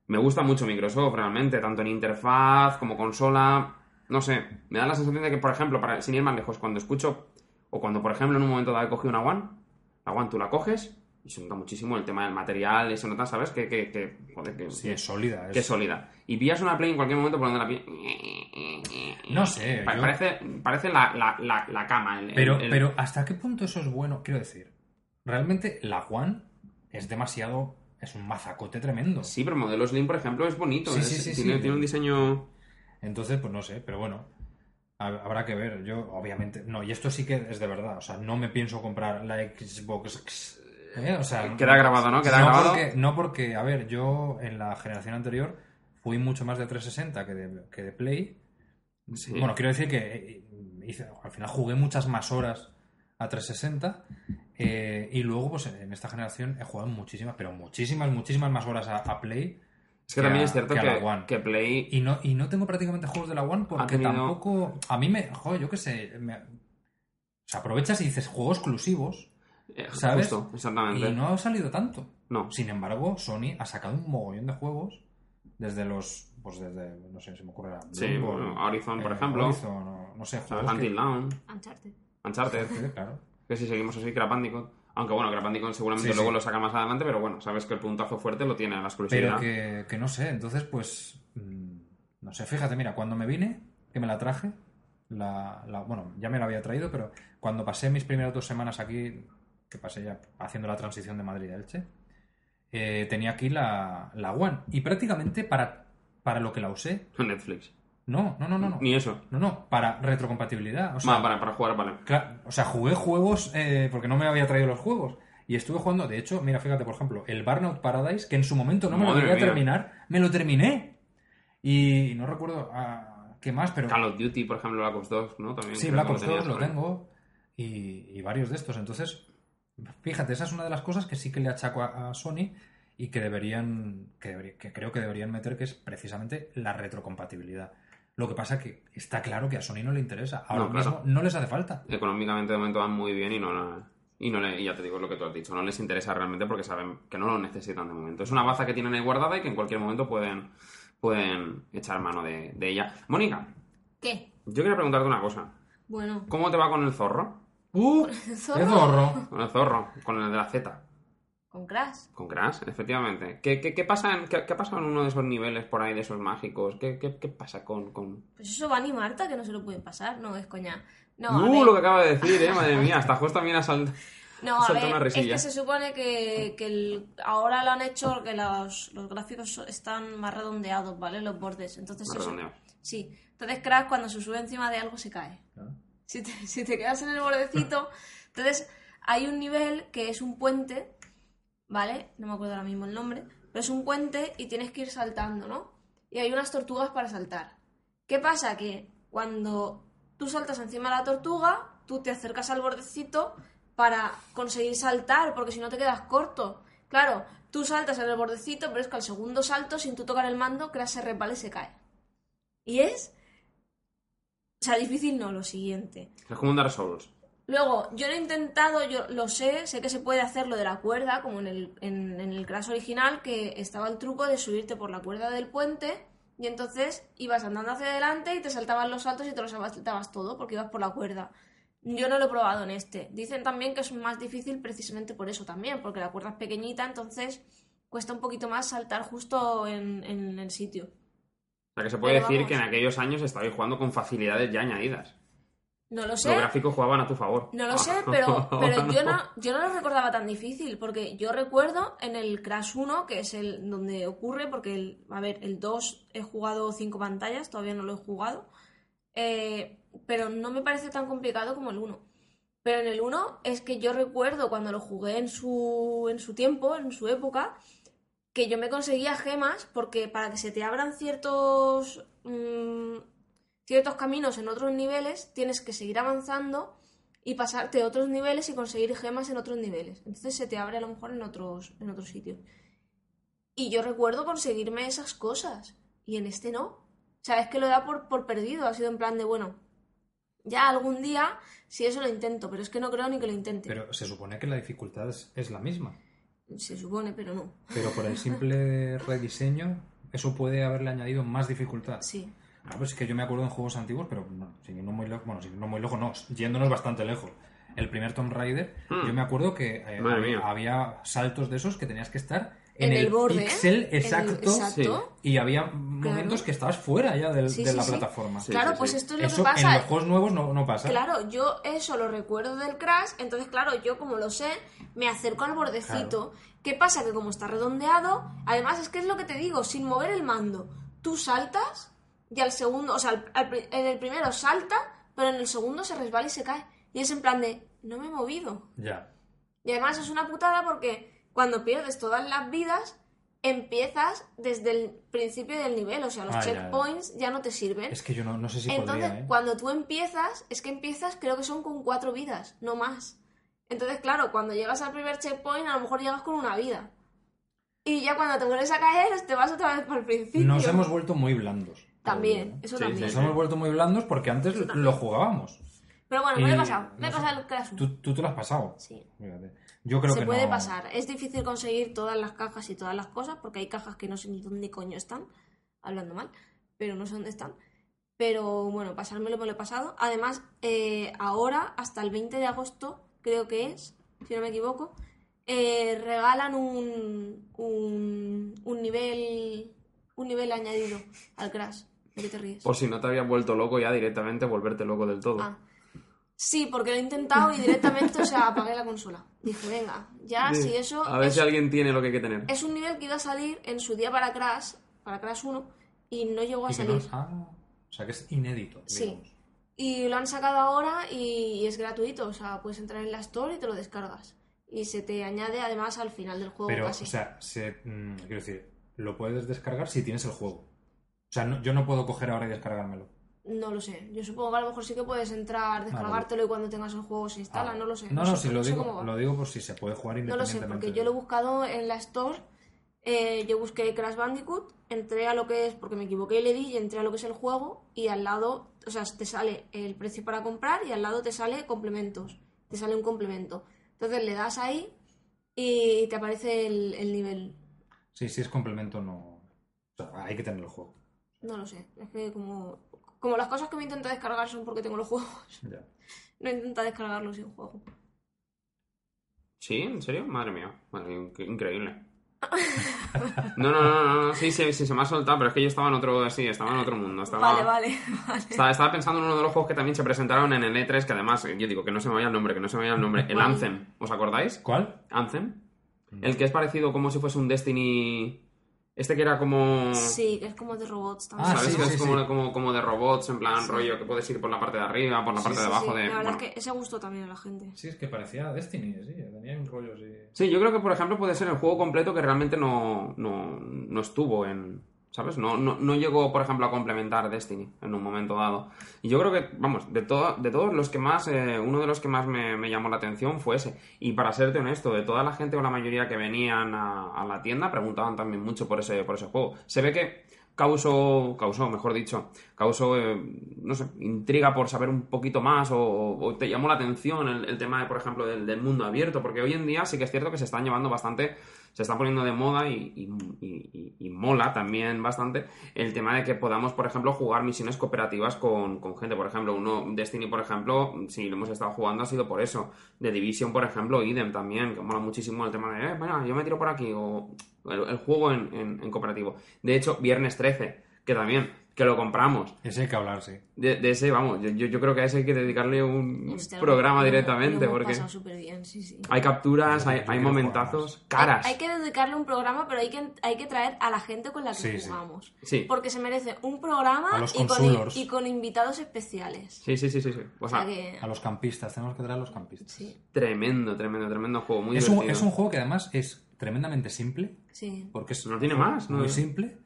B: Me gusta mucho Microsoft, realmente, tanto en interfaz como consola. No sé, me da la sensación de que, por ejemplo, para, sin ir más lejos, cuando escucho, o cuando, por ejemplo, en un momento dado he cogido una One, la One tú la coges y se nota muchísimo el tema del material, y se nota, ¿sabes? Que, que, que, joder, que,
A: Sí, es sólida. es-
B: que es sólida. Y pillas una Play en cualquier momento por donde la pillas.
A: No sé,
B: Pa-
A: yo-
B: Parece, parece la, la, la, la cama. el- el-
A: Pero,
B: el-
A: pero ¿hasta qué punto eso es bueno? Quiero decir, realmente la One es demasiado. Es un mazacote tremendo.
B: Sí, pero el modelo Slim, por ejemplo, es bonito.
A: Sí,
B: es-
A: sí, sí,
B: tiene,
A: sí.
B: tiene un diseño.
A: Entonces, pues no sé, pero bueno. ha- Habrá que ver, yo obviamente. No, y esto sí que es de verdad. O sea, no me pienso comprar la Xbox. ¿eh? O sea,
B: Queda grabado, ¿no? Queda grabado.
A: Porque, no porque, a ver, yo en la generación anterior fui mucho más de 360 que de, que de Play.
B: Sí.
A: Bueno, quiero decir que eh, hice- al final jugué muchas más horas a 360 eh, y luego pues en esta generación he jugado muchísimas, pero muchísimas, muchísimas más horas a, a Play
B: es
A: que
B: que también
A: a-
B: es cierto
A: que
B: que,
A: a la One.
B: que Play.
A: y no, y no tengo prácticamente juegos de la One porque
B: tenido-
A: tampoco... A mí me... Joder, yo qué sé... me- o sea, aprovechas y dices juegos exclusivos
B: eh,
A: ¿sabes?
B: Justo,
A: y
B: exactamente.
A: no ha salido tanto.
B: No.
A: Sin embargo, Sony ha sacado un mogollón de juegos desde los... Pues desde... No sé, se me ocurre... eh,
B: Sí, bueno, Horizon, por ejemplo.
A: Horizon, o no sé, juegos
B: Until
A: que-
B: Dawn,
C: Uncharted.
B: Uncharted.
A: Sí, claro.
B: que si seguimos así, Crap Bandicoot. Aunque bueno, Crap Bandicoot seguramente
A: Sí, sí.
B: luego lo saca más adelante, pero bueno, sabes que el puntazo fuerte lo tiene la exclusividad.
A: Pero que, que no sé, entonces pues... mm, No sé, fíjate, mira, cuando me vine, que me la traje, la, la- bueno, ya me la había traído, pero cuando pasé mis primeras dos semanas aquí, que pasé ya haciendo la transición de Madrid a Elche, eh, tenía aquí la, la One. Y prácticamente para, para lo que la usé,
B: Netflix.
A: no, no, no, no. No,
B: Ni eso.
A: no, no para retrocompatibilidad. O sea,
B: Va, para, para jugar, Ah, vale.
A: Claro, o sea, jugué juegos eh, porque no me había traído los juegos. Y estuve jugando, de hecho, mira, fíjate, por ejemplo, el Burnout Paradise, que en su momento no me
B: Madre
A: lo quería
B: mía.
A: terminar, me lo terminé. Y no recuerdo ah, qué más, pero.
B: Call of Duty, por ejemplo, Black Ops 2, ¿no? También
A: sí,
B: creo
A: Black
B: que lo
A: Ops
B: tenías
A: 2 lo
B: por ahí.
A: tengo. Y, y varios de estos. Entonces, fíjate, esa es una de las cosas que sí que le achaco a, a Sony y que deberían. Que, deberí- que creo que deberían meter, que es precisamente la retrocompatibilidad. Lo que pasa que está claro que a Sony no le interesa. Ahora
B: No, claro.
A: mismo no les hace falta.
B: Económicamente de momento van muy bien y no, no- y no le, y ya te digo lo que tú has dicho, no les interesa realmente porque saben que no lo necesitan de momento. Es una baza que tienen ahí guardada y que en cualquier momento pueden, pueden echar mano de, de ella. Mónica,
C: ¿Qué?
B: yo quería preguntarte una cosa.
C: Bueno.
B: ¿Cómo te va con el zorro?
A: ¡Uh!
C: zorro?
A: ¡Qué
B: <laughs>
A: zorro!
B: Con el zorro, con el de la Z,
C: Con Crash.
B: con Crash, efectivamente. ¿Qué, qué, qué pasa en, qué, qué ha pasado en uno de esos niveles por ahí, de esos mágicos? ¿Qué, qué, qué pasa con...? con...
C: Pues eso va a Marta, que no se lo pueden pasar. No, es coña. No, a
B: Uh,
C: ver.
B: lo que acaba de decir, eh, madre mía, hasta justo también ha salido...
C: No, a
B: Suelta una
C: ver, es
B: risilla.
C: que se supone que, que el- ahora lo han hecho que los, los gráficos so- están más redondeados, ¿vale? Los bordes. Entonces,
B: Más
C: <laughs> eso-
B: redondeados.
C: sí. Entonces, Crash cuando se sube encima de algo se cae. Si te, si te quedas en el bordecito. Entonces, hay un nivel que es un puente, ¿vale? No me acuerdo ahora mismo el nombre, pero es un puente y tienes que ir saltando, ¿no? Y hay unas tortugas para saltar. ¿Qué pasa? Que cuando tú saltas encima de la tortuga, tú te acercas al bordecito para conseguir saltar, porque si no te quedas corto. Claro, tú saltas en el bordecito, pero es que al segundo salto, sin tú tocar el mando, Crash se repala y se cae. Y es... O sea, difícil no, lo siguiente.
B: Es como un Dark Souls.
C: Luego, yo lo he intentado, yo lo sé, sé que se puede hacer lo de la cuerda, como en el, en, en el Crash original, que estaba el truco de subirte por la cuerda del puente y entonces ibas andando hacia adelante y te saltaban los saltos y te los saltabas todo porque ibas por la cuerda. Yo no lo he probado en este. Dicen también que es más difícil precisamente por eso también, porque la cuerda es pequeñita, entonces cuesta un poquito más saltar justo en, en el sitio.
B: O sea que se puede
C: Pero
B: decir
C: vamos.
B: que en aquellos años estabais jugando con facilidades ya añadidas.
C: No lo sé.
B: Los gráficos jugaban a tu favor.
C: No
B: <laughs>
C: <laughs> lo sé, pero, pero yo, Ah. no, yo no lo recordaba tan difícil, porque yo recuerdo en el Crash 1, que es el donde ocurre, porque, el, a ver, el 2 he jugado cinco pantallas, todavía no lo he jugado, eh, pero no me parece tan complicado como el 1. Pero en el 1 es que yo recuerdo cuando lo jugué en su, en su tiempo, en su época, que yo me conseguía gemas porque para que se te abran ciertos mm, ciertos caminos en otros niveles tienes que seguir avanzando y pasarte otros niveles y conseguir gemas en otros niveles entonces se te abre a lo mejor en otros en otros sitios y yo recuerdo conseguirme esas cosas y en este no o sea es que lo da por por perdido ha sido en plan de bueno ya algún día si eso lo intento pero es que no creo ni que lo intente
A: Pero se supone que la dificultad es, es la misma.
C: se supone pero no
A: Pero por el simple <laughs> rediseño, eso puede haberle añadido más dificultad.
C: sí
A: Ah, pues es que yo me acuerdo en juegos antiguos, pero no, sin ir no muy lejos, bueno, sin ir no muy lejos, no, yéndonos bastante lejos. El primer Tomb Raider,
B: Hmm.
A: yo me acuerdo que eh,
B: Madre
A: había,
B: mía.
A: había saltos de esos que tenías que estar
C: en, el, borde
A: pixel
C: en el-
A: exacto,
C: exacto.
A: y había momentos que estabas fuera ya del-
C: Sí,
A: de
C: sí,
A: la
C: sí.
A: plataforma.
B: Sí,
C: claro, pues esto es lo
A: Eso
C: que
A: en los
C: pasa.
A: juegos nuevos no, no pasa.
C: Claro, yo eso lo recuerdo del Crash, entonces claro, yo como lo sé, me acerco al bordecito. ¿Qué pasa? Que como está redondeado, además es que es lo que te digo, sin mover el mando, tú saltas y al segundo, o sea, al- al pri- en el primero salta, pero en el segundo se resbala y se cae. Y es en plan de, no me he movido.
A: Ya.
C: Y además es una putada porque cuando pierdes todas las vidas, empiezas desde el principio del nivel, o sea, los
A: Ah, ya, ya.
C: checkpoints ya, no te sirven.
A: Es que yo no, no sé si
C: Entonces,
A: podría, ¿eh?
C: cuando tú empiezas, es que empiezas, creo que son con cuatro vidas, no más. Entonces, claro, cuando llegas al primer checkpoint, a lo mejor llegas con una vida. Y ya cuando te vuelves a caer, te vas otra vez para el principio.
A: Nos hemos vuelto muy blandos.
C: También,
A: Pero,
C: eso
B: Sí,
C: también.
A: Nos hemos vuelto muy blandos porque antes lo jugábamos.
C: Pero bueno, me lo
A: Y-
C: he pasado. Me he
A: no sé.
C: pasado el Crash.
A: Tú, tú te lo has pasado.
C: Sí.
A: Fíjate. Yo creo
C: se
A: que
C: puede
A: no-
C: pasar. Es difícil conseguir todas las cajas y todas las cosas, porque hay cajas que no sé ni dónde coño están, hablando mal, pero no sé dónde están. Pero bueno, pasármelo me lo he pasado. Además, eh, ahora, hasta el 20 de agosto, creo que es, si no me equivoco, eh, regalan un, un, un nivel un nivel añadido al Crash. ¿De qué te ríes?
B: Por si no te habías vuelto loco ya directamente, volverte loco del todo.
C: Ah. Sí, porque lo he intentado y directamente, o sea, apagué la consola. Dije, venga, ya,
B: Sí.
C: si eso...
B: A ver
C: es-
B: si alguien tiene lo que hay que tener.
C: Es un nivel que iba a salir en su día para Crash, para Crash 1, y no llegó a
A: y que no-
C: salir.
A: ah, o sea que es inédito.
C: Sí.
A: digamos.
C: Y lo han sacado ahora y, y es gratuito, o sea, puedes entrar en la Store y te lo descargas. Y se te añade además al final del juego
A: Pero,
C: casi.
A: o sea, se, mm, quiero decir, lo puedes descargar si tienes el juego. O sea, no- yo no puedo coger ahora y descargármelo.
C: no lo sé, yo supongo que a lo mejor sí que puedes entrar, descargártelo y cuando tengas el juego se instala,
A: Ah,
C: no lo sé.
A: No, no,
C: sé-
A: si lo
C: sé cómo
A: digo,
C: va.
A: lo digo por si se puede jugar
C: No lo sé,
A: independientemente.
C: porque yo lo he buscado en la Store. eh, yo busqué Crash Bandicoot, entré a lo que es, porque me equivoqué y le di, y entré a lo que es el juego, y al lado, o sea, te sale el precio para comprar y al lado te sale complementos. Te sale un complemento. Entonces le das ahí y te aparece el, el nivel.
A: Sí, sí, es complemento, no. O sea, hay que tener el juego.
C: No lo sé, es que como, como las cosas que me intenta descargar son porque tengo los juegos, <laughs>
A: Ya.
C: no intenta descargarlos sin juego.
B: ¿Sí? ¿En serio? Madre mía. Madre mía, inc-
C: <laughs>
B: increíble. No, no, no, no, no. Sí, sí, sí, se me ha soltado, pero es que yo estaba en otro, sí, estaba en otro mundo. Estaba,
C: Vale, vale, vale.
B: Estaba, estaba pensando en uno de los juegos que también se presentaron en el E3, que además, eh, yo digo que no se me vaya el nombre, que no se me vaya el nombre. El
C: ¿Cuál?
B: Anthem, ¿os acordáis?
A: ¿Cuál?
B: Anthem.
A: Mm.
B: El que es parecido como si fuese un Destiny... Este que era
C: Mm.
B: como...
C: Sí, que es como de robots también.
A: Ah,
B: ¿Sabes?
A: sí,
B: que
A: sí, sí.
B: es como, como, como de robots, en plan
C: Sí.
B: rollo que puedes ir por la parte de arriba, por la parte
C: Sí,
B: de abajo
C: sí,
B: de...
C: La verdad
B: bueno.
C: es que ese gustó también a la gente.
A: Sí, es que parecía Destiny, sí, tenía un rollo así.
B: Sí, yo creo que, por ejemplo, puede ser el juego completo que realmente no, no, no estuvo en... ¿Sabes? No, no, no llegó, por ejemplo, a complementar Destiny en un momento dado. Y yo creo que, vamos, de, todo, de todos los que más, eh, uno de los que más me, me llamó la atención fue ese. Y para serte honesto, de toda la gente o la mayoría que venían a, a la tienda preguntaban también mucho por ese, por ese juego. Se ve que causó, causó, mejor dicho, causó, eh, no sé, intriga por saber un poquito más o, o te llamó la atención el, el tema, de, por ejemplo, del, del mundo abierto? Porque hoy en día sí que es cierto que se están llevando bastante, se está poniendo de moda y, y- y- y- y mola también bastante el tema de que podamos, por ejemplo, jugar misiones cooperativas con, con gente. Por ejemplo, uno, Destiny, por ejemplo, si lo hemos estado jugando ha sido por eso. The Division, por ejemplo, idem también, que mola muchísimo el tema de, eh, bueno, yo me tiro por aquí, o el, el juego en, en- en cooperativo. De hecho, Viernes 13, que también, que lo compramos.
A: Ese hay que hablar, sí.
B: De, de ese, vamos, yo, yo- yo creo que a ese hay que dedicarle un
C: Hostia, Pues lo-
B: programa
C: lo-
B: directamente,
C: lo hemos
B: porque
C: pasado superbién, sí, sí.
B: hay capturas,
A: Yo
B: hay,
A: quiero
B: hay
A: jugar
B: momentazos, caras.
C: Hay, hay que dedicarle un programa, pero hay que, hay que traer a la gente con la que
A: Sí, sí.
C: jugamos.
B: Sí.
C: Porque se merece un programa
A: A los
C: y con,
A: consulors.
C: y con invitados especiales.
B: Sí, sí, sí, sí, sí. O
C: O sea
B: sea,
C: que.
A: A los campistas, tenemos que traer a los campistas.
C: Sí,
B: tremendo, tremendo, tremendo juego, muy
A: Es un,
B: divertido.
A: es un juego que además es tremendamente simple,
C: sí.
A: porque es
B: No tiene más, ¿no?
A: muy simple,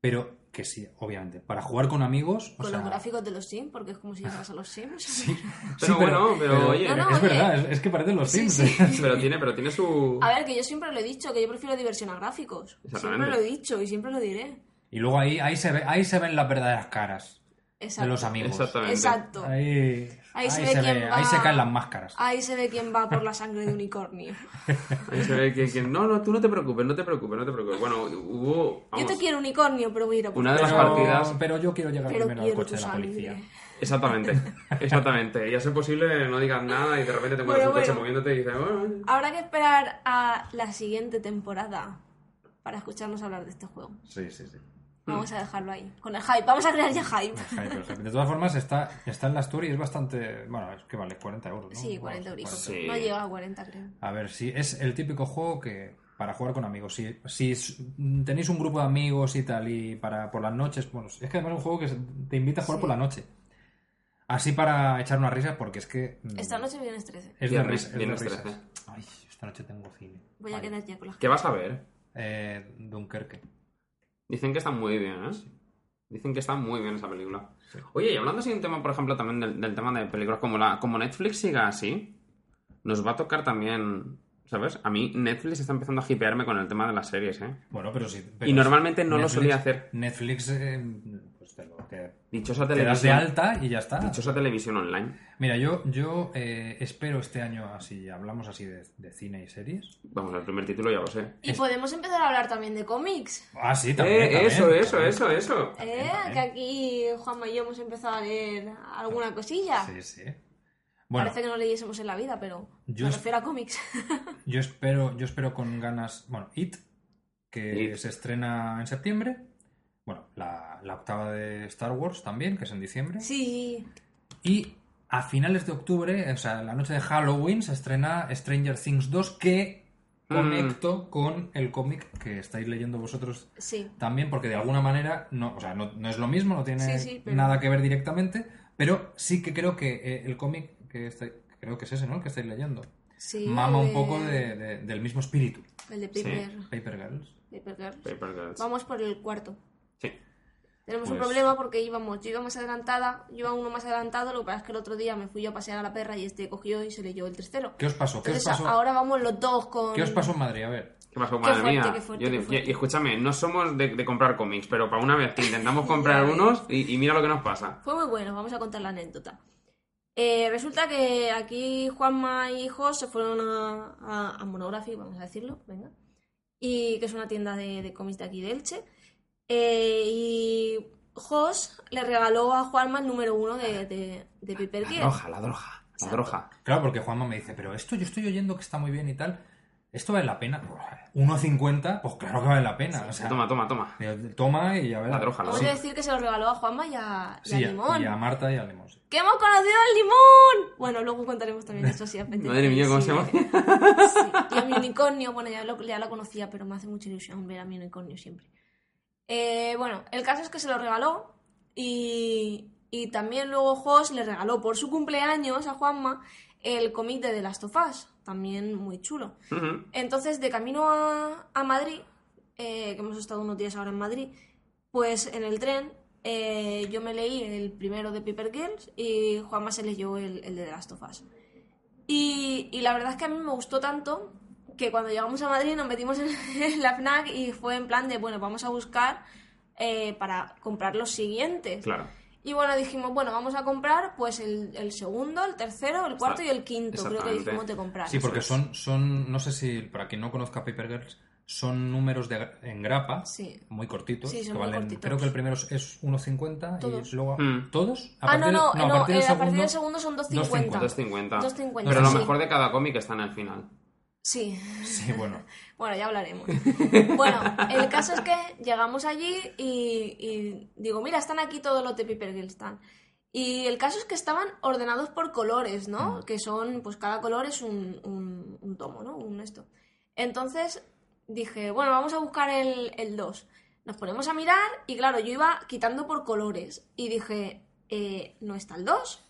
A: pero que sí, obviamente. Para jugar con amigos, o
C: Con
A: sea,
C: los gráficos de los Sims, porque es como si llegas a los Sims. <laughs>
A: Sí,
B: Pero bueno, pero oye.
C: No, no,
A: es
C: oye.
A: verdad, es, es que parecen los
C: Sí,
A: Sims. ¿eh?
C: sí.
B: Pero tiene, pero tiene su...
C: A ver, que yo siempre lo he dicho, que yo prefiero diversión a gráficos. Siempre
B: Exactamente.
C: lo he dicho y siempre lo diré.
A: <laughs> Y luego ahí, ahí, se ve, ahí se ven las verdaderas caras
C: Exacto.
A: de los amigos.
B: Exactamente.
C: Exacto.
A: Ahí,
C: Ahí se
A: ahí
C: ve
A: se
C: quién
A: ve-
C: va-
A: ahí se caen las máscaras.
C: Ahí se ve quién va por la sangre de unicornio.
B: Ahí se ve que, que- No, no, tú no te preocupes, no te preocupes, no te preocupes. Bueno, hubo...
C: Yo te
B: vamos,
C: quiero unicornio, pero voy a ir a por
B: Una de
C: ti.
B: las partidas...
A: pero yo quiero llegar
C: Pero
A: primero al
C: quiero
A: coche
C: tu
A: de la
C: sangre.
A: policía.
B: Exactamente, exactamente. Y a ser posible no digas nada y de repente te encuentras
C: Bueno,
B: un coche
C: bueno.
B: moviéndote y dices... Bueno,
C: Habrá que esperar a la siguiente temporada para escucharnos hablar de este juego.
A: Sí, sí, sí.
C: Vamos a dejarlo ahí. Con el hype. Vamos a crear ya hype.
A: Ay, pero, o sea, De todas formas, está, está en la Store y es bastante. Bueno, es que vale 40 euros, ¿no? Mm.
C: Sí,
A: Bueno,
C: 40 euros.
B: Sí.
C: No llega a 40, creo.
A: A ver, si es el típico juego que para jugar con amigos. Si, si es- mm, tenéis un grupo de amigos y tal, y para por las noches, bueno, es que además es un juego que se- te invita a jugar
C: Sí.
A: por la noche. Así para echar unas risas, porque es que. mm,
C: Esta noche vienes 13.
A: Es de,
B: Viernes-
A: risa, es de
B: viernes
A: risas.
B: 13.
A: Ay, esta noche tengo cine.
C: Voy a
A: Vale.
C: quedar ya con la gente.
B: ¿Qué vas a ver?
A: Eh, Dunkerque.
B: Dicen que está muy bien, ¿eh? Dicen que está muy bien esa película. Oye, y hablando así de un tema, por ejemplo, también del, del tema de películas como la como Netflix siga así, nos va a tocar también, ¿sabes? A mí Netflix está empezando a hipearme con el tema de las series, ¿eh?
A: Bueno, pero sí.
B: Y normalmente no lo solía hacer.
A: Netflix, eh, pues te lo que.
B: Dichosa
A: Te das de
B: televisión,
A: alta y ya está.
B: dichosa televisión online.
A: Mira, yo, yo eh, espero este año, así hablamos así de, de cine y series.
B: Vamos, el primer título ya lo sé.
C: Y podemos empezar a hablar también de cómics.
A: Ah, sí, también.
B: Eh,
A: también,
B: eso, eso,
A: también.
B: eso, eso.
C: ¿Eh?
A: también.
C: Que aquí Juanma y yo hemos empezado a leer alguna cosilla.
A: Sí, sí. Bueno,
C: Parece que no leyésemos en la vida, pero
A: Yo
C: me
A: es-
C: refiero a cómics. <laughs>
A: yo espero, yo espero con ganas. Bueno, It, que
B: It.
A: se estrena en septiembre. Bueno, la, la octava de Star Wars también, que es en diciembre.
C: sí,
A: Y a finales de octubre, o sea, la noche de Halloween, se estrena Stranger Things 2, que
B: Mm.
A: conecto con el cómic que estáis leyendo vosotros
C: sí.
A: también porque de alguna manera no, o sea, no, no es lo mismo, no tiene
C: Sí, sí, pero-
A: nada que ver directamente, pero sí que creo que eh, el cómic que está- creo que es ese, ¿no? El que estáis leyendo.
C: sí eh,
A: Mama
C: el
A: un poco de- de- del mismo espíritu.
C: El de Paper,
A: Paper Girls.
C: Paper Girls.
B: Paper Girls.
C: Vamos por el cuarto.
B: Sí.
C: Tenemos un
B: Pues-
C: problema porque íbamos, yo iba más adelantada, yo iba uno más adelantado, lo que pasa es que el otro día me fui yo a pasear a la perra y este cogió y se leyó el tercero.
A: ¿Qué os pasó? ¿Qué os
C: Entonces
A: pasó?
C: ahora vamos los dos con...
A: ¿Qué os pasó en Madrid? A ver.
B: ¿Qué pasó,
C: Qué
B: madre
C: fuerte,
B: mía?
C: qué fuerte,
B: Yo
C: qué
B: digo,
C: fuerte.
B: y escúchame, no somos de, de comprar cómics, pero para una vez que intentamos comprar
C: Ya ves.
B: unos y, y mira lo que nos pasa.
C: Fue muy bueno, vamos a contar la anécdota. Eh, resulta que aquí Juanma y Jos se fueron a, a, a Monography, vamos a decirlo, venga, y que es una tienda de, de cómics de aquí de Elche. Eh, y Jos le regaló a Juanma el número uno de, de, de Piper
B: La
C: Kier.
B: droga, la droga, la
C: Exacto.
B: droga.
A: Claro, porque Juanma me dice, pero esto yo estoy oyendo que está muy bien y tal. ¿Esto vale la pena? Pues, 1.50, pues claro que vale la pena. o sea,
B: Toma,
A: <laughs>
B: toma, toma.
A: digo, toma y ya verás.
B: La droga, la
C: Vamos
B: droga.
C: a decir que se lo regaló a Juanma y a, y a
A: Sí, y
C: Limón.
A: a Marta y a Limón. sí.
C: ¡Que hemos conocido al Limón! Bueno, luego contaremos también eso, sí, apetece.
B: Madre mía, ¿cómo se llama? <laughs>
C: Sí, Y a mi unicornio, bueno, ya lo, ya lo conocía, pero me hace mucha ilusión ver a mi unicornio siempre. Eh, bueno, el caso es que se lo regaló y, y también luego Jos le regaló por su cumpleaños a Juanma el cómic de The Last of Us, también muy chulo.
B: Ujú.
C: Entonces, de camino a, a Madrid, eh, que hemos estado unos días ahora en Madrid, pues en el tren eh, yo me leí el primero de Paper Girls y Juanma se leyó el, el de The Last of Us. Y, y la verdad es que a mí me gustó tanto <laughs> que cuando llegamos a Madrid nos metimos en, en la FNAC y fue en plan de, bueno, vamos a buscar eh, para comprar los siguientes.
B: Claro.
C: Y bueno, dijimos, bueno, vamos a comprar pues el, el segundo, el tercero, el cuarto y el quinto, creo que
B: Exactamente.
C: dijimos de comprar.
A: Sí, porque
B: es.
A: son, son, no sé si para quien no conozca Paper Girls, son números de, gra- en grapa,
C: Sí.
A: muy cortitos,
C: Sí,
A: que
C: son muy
A: valen-
C: cortitos.
A: creo que el primero es- es 1,50
C: Todos.
A: y luego...
B: Mm.
A: ¿Todos?
C: Ah, no,
A: partir-
C: no,
A: a
C: no,
A: partir del
C: eh, a partir del
A: segundo-
C: segundo son
A: 2,50.
B: 250.
C: 2,50,
B: Pero lo
C: sí.
B: mejor de cada cómic está en el final.
C: Sí.
A: <laughs> Sí, bueno.
C: Bueno, ya hablaremos. <laughs> bueno, el caso es que llegamos allí y, y digo, mira, están aquí todos los de Piper Gilstan. Y el caso es que estaban ordenados por colores, ¿no?
A: Mm.
C: Que son, pues cada color es un, un- un tomo, ¿no? Un esto. Entonces dije, bueno, vamos a buscar el, el 2. Nos ponemos a mirar y claro, yo iba quitando por colores. Y dije, eh, ¿no está el 2?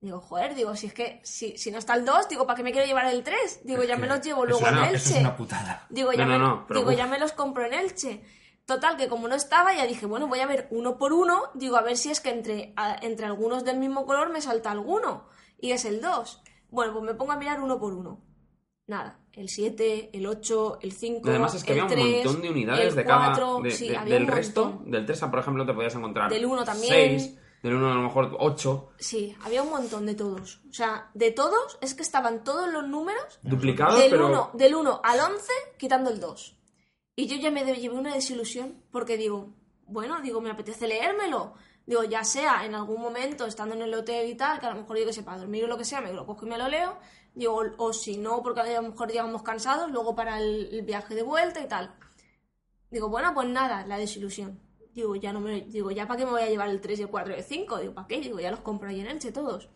C: Digo, joder, digo, si es que si, si no está el 2, digo, ¿para qué me quiero llevar el 3? <laughs> Digo, ya me los llevo
A: Eso
C: luego
A: es
C: en
A: una-
C: Elche.
A: Eso es una putada.
C: Digo,
B: No,
C: ya,
B: no,
C: me,
B: no, pero
C: digo
B: uf.
C: ya me los compro en Elche. Total, que como no estaba, ya dije, bueno, voy a ver uno por uno. Digo, a ver si es que entre, a- entre algunos del mismo color me salta alguno. Y es el 2. Bueno, pues me pongo a mirar uno por uno. Nada, el 7, el 8, el 5.
B: Además es que
C: el
B: había un
C: 3,
B: montón de unidades
C: el
B: de cada...
C: 4,
B: de-
C: sí,
B: de-
C: había
B: del
C: un
B: resto,
C: montón.
B: del 3, por ejemplo, te podías encontrar...
C: Del uno también.
B: 6, del 1 a lo mejor 8.
C: Sí, había un montón de todos. O sea, de todos es que estaban todos los números
B: Duplicados,
C: del,
B: pero...
C: 1, del 1 al 11, quitando el 2. Y yo ya me de- llevé una desilusión porque digo, bueno, digo, me apetece leérmelo. Digo, ya sea en algún momento estando en el hotel y tal, que a lo mejor yo que sé, para dormir o lo que sea, me lo cojo y me lo leo. Digo, o, o si no, porque a lo mejor llegamos cansados, luego para el, el viaje de vuelta y tal. Digo, bueno, pues nada, la desilusión. Digo, ya no me digo, ya para qué me voy a llevar el 3 y el 4 y el 5, digo, ¿para qué? Digo, ya los compro ahí en Elche todos.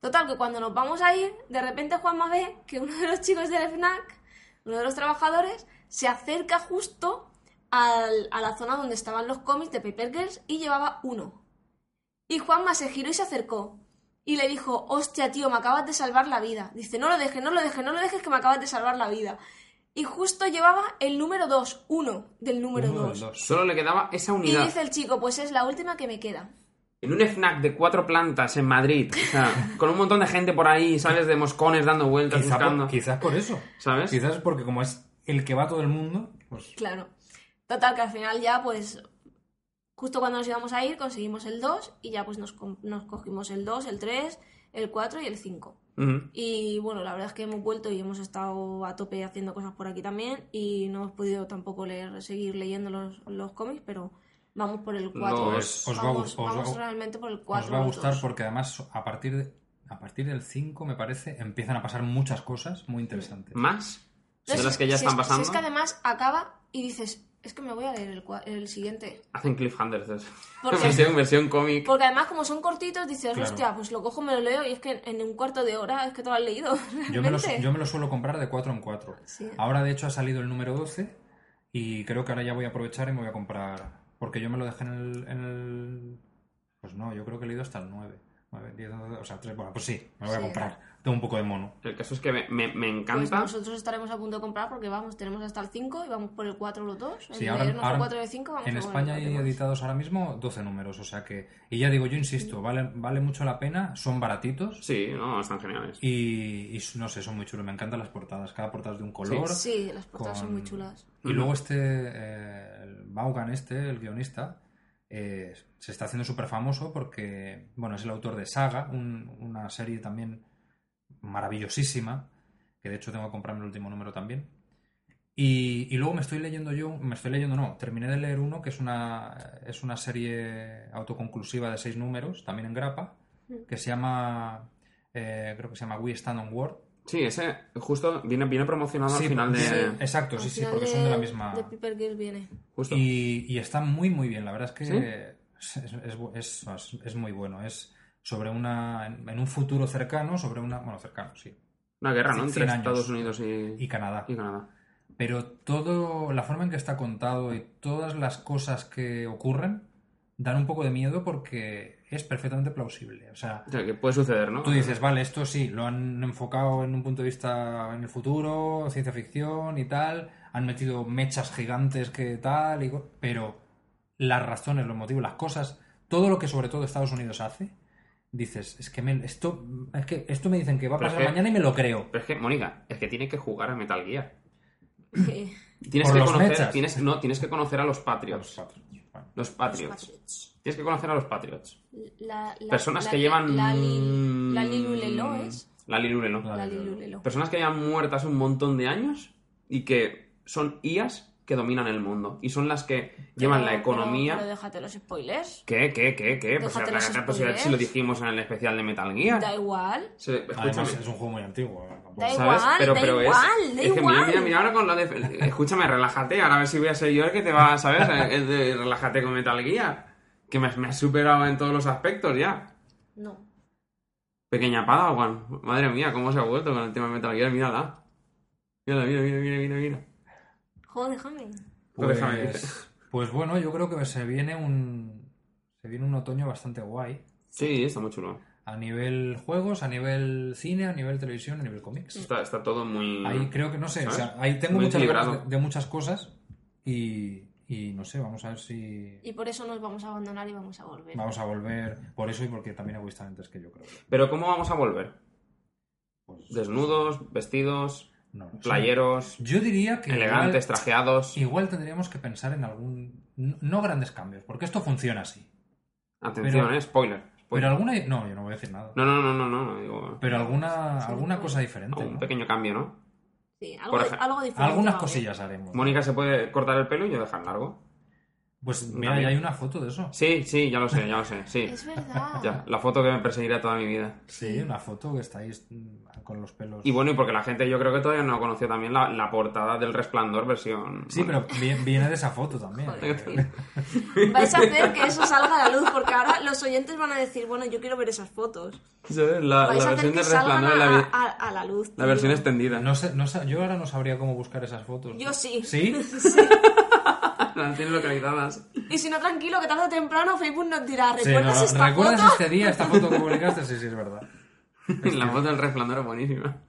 C: Total, que cuando nos vamos a ir, de repente Juanma ve que uno de los chicos del FNAC, uno de los trabajadores, se acerca justo al- a la zona donde estaban los cómics de Paper Girls y llevaba uno. Y Juanma se giró y se acercó. Y le dijo, hostia, tío, me acabas de salvar la vida. Dice, no lo dejes, no lo dejes, no lo dejes, que me acabas de salvar la vida. Y justo llevaba el número 2, uno del número
A: Uno del
C: 2.
A: dos.
B: Solo le quedaba esa
C: Y
B: unidad.
C: dice el chico, pues es la última que me queda.
B: En un FNAC de cuatro plantas en Madrid. O
C: <laughs>
B: sea, con un montón de gente por ahí, sales de moscones dando vueltas,
A: Quizá
B: buscando.
A: por, quizás por eso.
B: ¿Sabes?
A: Quizás porque como es el que va todo el mundo, pues...
C: Claro. Total, que al final ya, pues, justo cuando nos íbamos a ir, conseguimos el 2 y ya, pues, nos, com- nos cogimos el 2, el 3, el 4 y el 5.
B: Ujú.
C: Y bueno, la verdad es que hemos vuelto y hemos estado a tope haciendo cosas por aquí también y no hemos podido tampoco leer, seguir leyendo los, los cómics, pero vamos por el 4.
B: Los-
A: Os va a
C: vamos
A: gu- os va a
C: vamos
A: gu-
C: realmente por el 4.
A: Os va a gustar porque además a partir, de- a partir del 5, me parece, empiezan a pasar muchas cosas muy interesantes.
B: ¿Más? de las que ya están pasando.
C: es que además acaba y dices, es que me voy a leer el, cua- el siguiente.
B: Hacen cliffhangers. es.
C: <laughs> ¿Por
B: <laughs>
C: qué?
B: versión, versión cómic.
C: Porque además, como son cortitos, dices,
A: Claro.
C: hostia, pues lo cojo, me lo leo y es que en un cuarto de hora es que te lo has leído. <laughs>
A: Yo me, lo,
C: realmente.
A: yo me lo suelo comprar de 4 en 4.
C: Sí.
A: Ahora, de hecho, ha salido el número 12 y creo que ahora ya voy a aprovechar y me voy a comprar. Porque yo me lo dejé en el. en el- Pues no, yo creo que he leído hasta el 9. 9, 10, 11, o sea, 3. Bueno, pues sí, me lo voy a
C: Sí.
A: comprar. Tengo un poco de mono.
B: El caso es que me, me- me
C: Pues
B: encanta.
C: nosotros estaremos a punto de comprar porque vamos, tenemos hasta el 5 y vamos por el 4 los dos.
A: Sí,
C: en
A: ahora-
C: leernos el
A: ahora
C: 4 de 5 vamos
A: En
C: a por el
A: España hay
C: cuatro de cinco.
A: editados ahora mismo 12 números, o sea que. Y ya digo, yo
C: Mm.
A: insisto, vale, vale mucho la pena, son baratitos.
B: Sí, no, están geniales.
A: Y, y no sé, son muy chulos. Me encantan las portadas. Cada portada es de un color.
C: Sí, las portadas son
A: con-
C: muy chulas.
A: Y
B: Ujú.
A: luego este, eh, el Vaughan este, el guionista, eh, se está haciendo súper famoso porque, bueno, es el autor de Saga, un- una serie también maravillosísima, que de hecho tengo que comprarme el último número también. Y, y luego me estoy leyendo yo, me estoy leyendo, no, terminé de leer uno que es una, es una serie autoconclusiva de seis números, también en grapa,
C: Mm.
A: que se llama, eh, creo que se llama We Stand on War.
B: Sí, ese justo viene, viene promocionado
A: Sí,
B: al final de.
A: sí, exacto,
C: Al
A: sí, sí,
C: final
A: porque son de la misma...
C: De Piper
A: <clears throat>
C: Girls viene.
B: Justo.
A: Y, y está muy, muy bien. La verdad es que
B: ¿Sí?
A: es, es bu- es- es- es muy bueno. Es sobre una. En, en un futuro cercano, sobre una. Bueno, cercano, sí.
B: Una guerra, ¿no? Entre
A: 100 años.
B: Estados Unidos y,
A: Y Canadá.
B: y Canadá.
A: Pero todo. La forma en que está contado y todas las cosas que ocurren dan un poco de miedo porque es perfectamente plausible. O sea.
B: O sea, que puede suceder, ¿no?
A: Tú dices, vale, esto sí, lo han enfocado en un punto de vista en el futuro, ciencia ficción y tal, han metido mechas gigantes que tal, y co- pero las razones, los motivos, las cosas, todo lo que sobre todo Estados Unidos hace, dices, es que me- esto, es que esto me dicen que va a
B: Pero es
A: pasar
B: que-
A: mañana y me lo creo.
B: Pero es que, Mónica, es que tienes que jugar a Metal Gear.
C: Sí.
B: Tienes
A: Por
B: que
A: los
B: conocer.
A: mechas.
B: Tienes, no, tienes que conocer a los
A: A los
B: Patriots.
A: cuatro. Bueno.
B: Los Patriots.
C: Patriots.
B: Tienes que conocer a los Patriots.
C: La- la-
B: Personas
C: la-
B: que llevan. mm,
C: La, li- la Lilulelo es.
B: La Lilulelo.
A: La-
C: La Lilulelo.
B: Personas que llevan muertas un montón de años y que son IAs que dominan el mundo. Y son las que llevan la
C: Pero- pero-
B: economía.
C: Pero, déjate los spoilers.
B: ¿Qué, qué, qué, qué? Pues,
C: Déjate
B: la-
C: los
B: la- pues, ya-
C: spoilers.
B: si lo dijimos en el especial de Metal
C: Da
B: Gear.
C: igual.
B: Se-
A: Además,
B: escúchame.
A: es un juego muy antiguo. ¿eh? Tampoco-
C: Da
B: ¿Sabes?
C: igual,
B: pero,
C: da
B: pero es-
C: igual, da
B: es que mira,
C: igual.
B: mira, mira ahora con la de... Escúchame, relájate. Ahora a ver si voy a ser yo el que te va a saber. el de relájate con Metal Gear. Que me, me has superado en todos los aspectos ya.
C: No.
B: Pequeña Padawan. Madre mía, cómo se ha vuelto con el tema de Metal Gear. Mírala. Mírala, mira, mira, mira, mira, mira.
C: Joder, déjame.
B: Pues déjame ir.
A: Pues, pues bueno, yo creo que se viene un se viene un otoño bastante guay
B: Sí, está muy chulo.
A: a nivel juegos, a nivel cine, a nivel televisión, a nivel cómics.
B: Está, está todo muy...
A: Ahí creo que no sé, o sea,
B: Mm. ¿Sabes?
A: ahí tengo
B: Muy
A: muchas ganas
B: equilibrado.
A: de, de muchas cosas y, y no sé, vamos a ver si
C: Y por eso nos vamos a abandonar y vamos a volver.
A: vamos a volver por eso y porque también egoístamente es que yo creo. que,
B: Pero ¿cómo vamos a volver?
A: pues,
B: Desnudos, vestidos,
A: no lo sé.
B: playeros,
A: Yo diría que
B: elegantes,
A: igual,
B: trajeados...
A: igual tendríamos que pensar en algún no, no grandes cambios, porque esto funciona así.
B: Atención,
A: Pero-
B: eh, spoiler. spoiler.
A: Pero alguna no, yo no voy a decir nada.
B: No, no, no, no, no, digo...
A: Pero alguna
C: Sí,
A: alguna
C: pues,
A: cosa diferente.
B: Un
A: ¿no?
B: pequeño cambio, ¿no?
C: Sí, algo,
B: Por ejemplo,
C: algo diferente.
A: Algunas
C: va a haber.
A: cosillas haremos.
B: Mónica se puede cortar el pelo y yo dejar largo.
A: Pues mira,
B: También.
A: ya hay una foto de eso.
B: Sí, sí, ya lo sé, ya lo sé, sí. <laughs>
C: Es verdad.
B: Ya, la foto que me perseguirá toda mi vida.
A: Sí, una foto que está ahí mm, con los pelos.
B: Y bueno, y porque la gente yo creo que todavía no conoció también la, la portada del Resplandor versión...
A: Sí, pero vi- viene de esa foto también.
C: <laughs>
A: Eh,
C: Joder, tío. Vais a hacer que eso salga a la luz, porque ahora los oyentes van a decir, bueno, yo quiero ver esas fotos.
B: ¿Sabes? La,
C: Vais
B: la
C: a
B: versión
C: hacer que
B: del
C: salgan
B: Resplandor,
C: a,
B: la, vi-
C: a- a la luz.
B: la
C: tío.
B: versión extendida. <laughs>
A: No sé, no sé- yo ahora no sabría cómo buscar esas fotos.
C: Yo sí. <laughs>
A: ¿Sí?
B: Las tienes localizadas.
C: Y si no, tranquilo, que tarde o temprano Facebook nos dirá,
A: Sí, no,
C: ¿recuerdas esta
A: ¿Recuerdas
C: foto?
A: este día, esta foto que publicaste? Sí, sí, es verdad.
B: la foto del Resplandor es buenísima.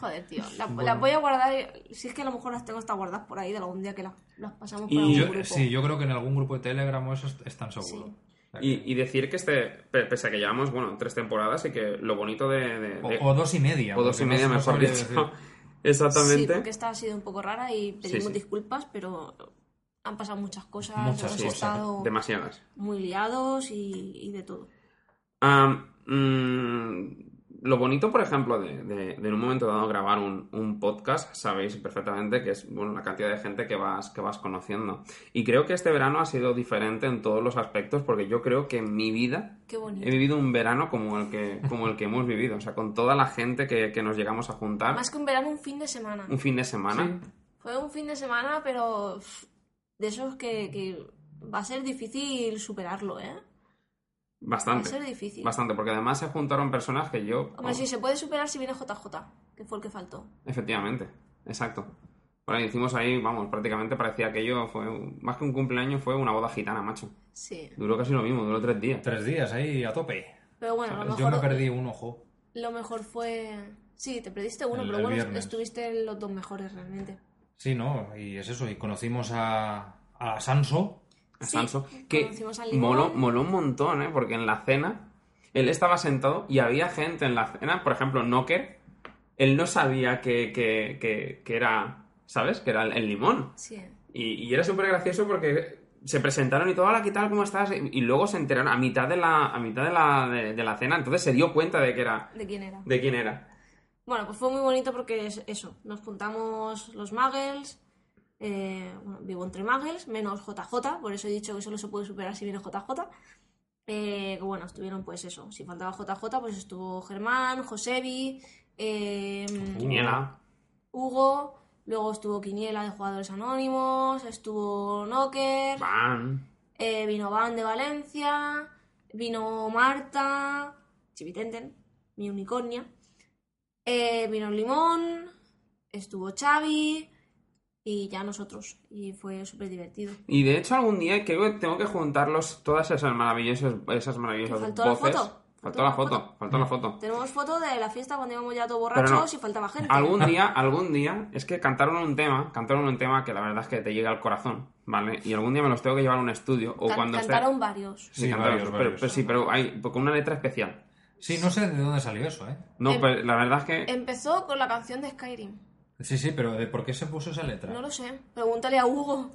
C: Joder, tío, la- las voy a guardar, si es que a lo mejor las tengo hasta guardadas por ahí de algún día que las, las pasamos
B: <laughs>
C: por
B: Y
C: algún
A: Yo-
C: grupo.
A: sí, yo creo que en algún grupo de Telegram o eso est- están seguro.
C: Sí.
B: Y, y decir que este, pe- pese a que llevamos, bueno, tres temporadas y que lo bonito de... de- de-
A: O, o dos y media.
B: o dos
A: porque
B: y
A: no
B: media,
A: sé- no
B: mejor
A: sabría
B: dicho.
A: decir.
C: Sí,
B: <laughs> Exactamente.
C: porque esta ha sido un poco rara y pedimos
B: sí.
C: disculpas, pero han pasado muchas cosas,
A: Muchas
C: hemos
A: cosas,
C: estado
B: Demasiadas.
C: muy liados y, y de todo.
B: Am, mm, lo bonito, por ejemplo, de, de- de en un momento dado grabar un, un podcast, sabéis perfectamente que es bueno, la cantidad de gente que vas, que vas conociendo. Y creo que este verano ha sido diferente en todos los aspectos, porque yo creo que en mi vida
C: Qué bonito.
B: he vivido un verano como el que, como el que hemos vivido. O sea, con toda la gente que, que nos llegamos a juntar
C: Más que un verano, un fin de semana.
B: un fin de semana.
C: Fue un fin de semana, pero pff, de esos que, que va a ser difícil superarlo, ¿eh? Va a
B: Bastante.
C: ser difícil.
B: Bastante, porque además se juntaron personas que yo.
C: Hombre,
B: oh,
C: sí, se puede superar si viene JJ, que fue el que faltó.
B: Efectivamente, exacto. Por ahí hicimos ahí, vamos, prácticamente parecía aquello, fue un- más que un cumpleaños, fue una boda gitana, macho.
C: Sí.
B: Duró casi lo mismo, duró tres días.
A: Tres días ahí a tope.
C: Pero bueno, a lo
A: Yo
C: mejor,
A: me perdí un ojo.
C: lo mejor fue... Sí, te perdiste uno,
A: El-
C: pero
A: el
C: bueno,
A: viernes.
C: estuviste en los dos mejores realmente.
A: Sí, no, y es eso. Y conocimos a, a Sanso.
B: A
C: Sí,
B: Sanso, que
C: conocimos al Limón.
B: moló, moló un montón, ¿eh? Porque en la cena, él estaba sentado y había gente en la cena, por ejemplo, Knocker, él no sabía que, que, que, que era, ¿sabes? Que era el- el limón.
C: Sí.
B: Y, y era súper gracioso porque se presentaron y todo, hola, ¿qué tal? ¿Cómo estás? Y, y luego se enteraron a mitad de la, a mitad de la, de, de la cena, entonces se dio cuenta de que era,
C: ¿De quién era?
B: de quién era.
C: Bueno, pues fue muy bonito porque es eso, nos juntamos los Muggles, eh, bueno, vivo entre Muggles, menos JJ, por eso he dicho que solo se puede superar si viene JJ. Eh, que bueno, estuvieron pues eso, si faltaba JJ, pues estuvo Germán, Josebi, eh,
B: Quiniela.
C: Hugo, luego estuvo Quiniela de Jugadores Anónimos, estuvo Knocker,
B: Van.
C: eh, vino Van de Valencia, vino Marta, Chivitenten, mi unicornia, eh, vino Limón, estuvo Xavi y ya nosotros. Y fue súper divertido.
B: Y de hecho algún día creo que tengo que juntarlos todas esas maravillosas, esas maravillosas
C: ¿Faltó la
B: voces.
C: foto?
B: Faltó la foto, faltó la
C: <laughs>
B: foto.
C: Tenemos foto de la fiesta cuando íbamos ya todos
B: Pero no.
C: borrachos y faltaba gente.
B: Algún día, algún día, es que cantaron un tema, cantaron un tema que la verdad es que te llega al corazón, ¿vale? Y algún día me los tengo que llevar a un estudio o
C: Can-
B: cuando esté-
C: cantaron varios.
B: Sí,
A: Sí,
B: cantaron,
A: varios,
B: pero,
A: varios.
B: pero sí, pero hay, con una letra especial.
A: Sí, no sé de dónde salió eso, ¿eh?
B: No,
C: Em-
B: pero la verdad es que...
C: Empezó con la canción de Skyrim.
A: Sí, sí, pero ¿de por qué se puso esa letra?
C: No lo sé. Pregúntale a Hugo.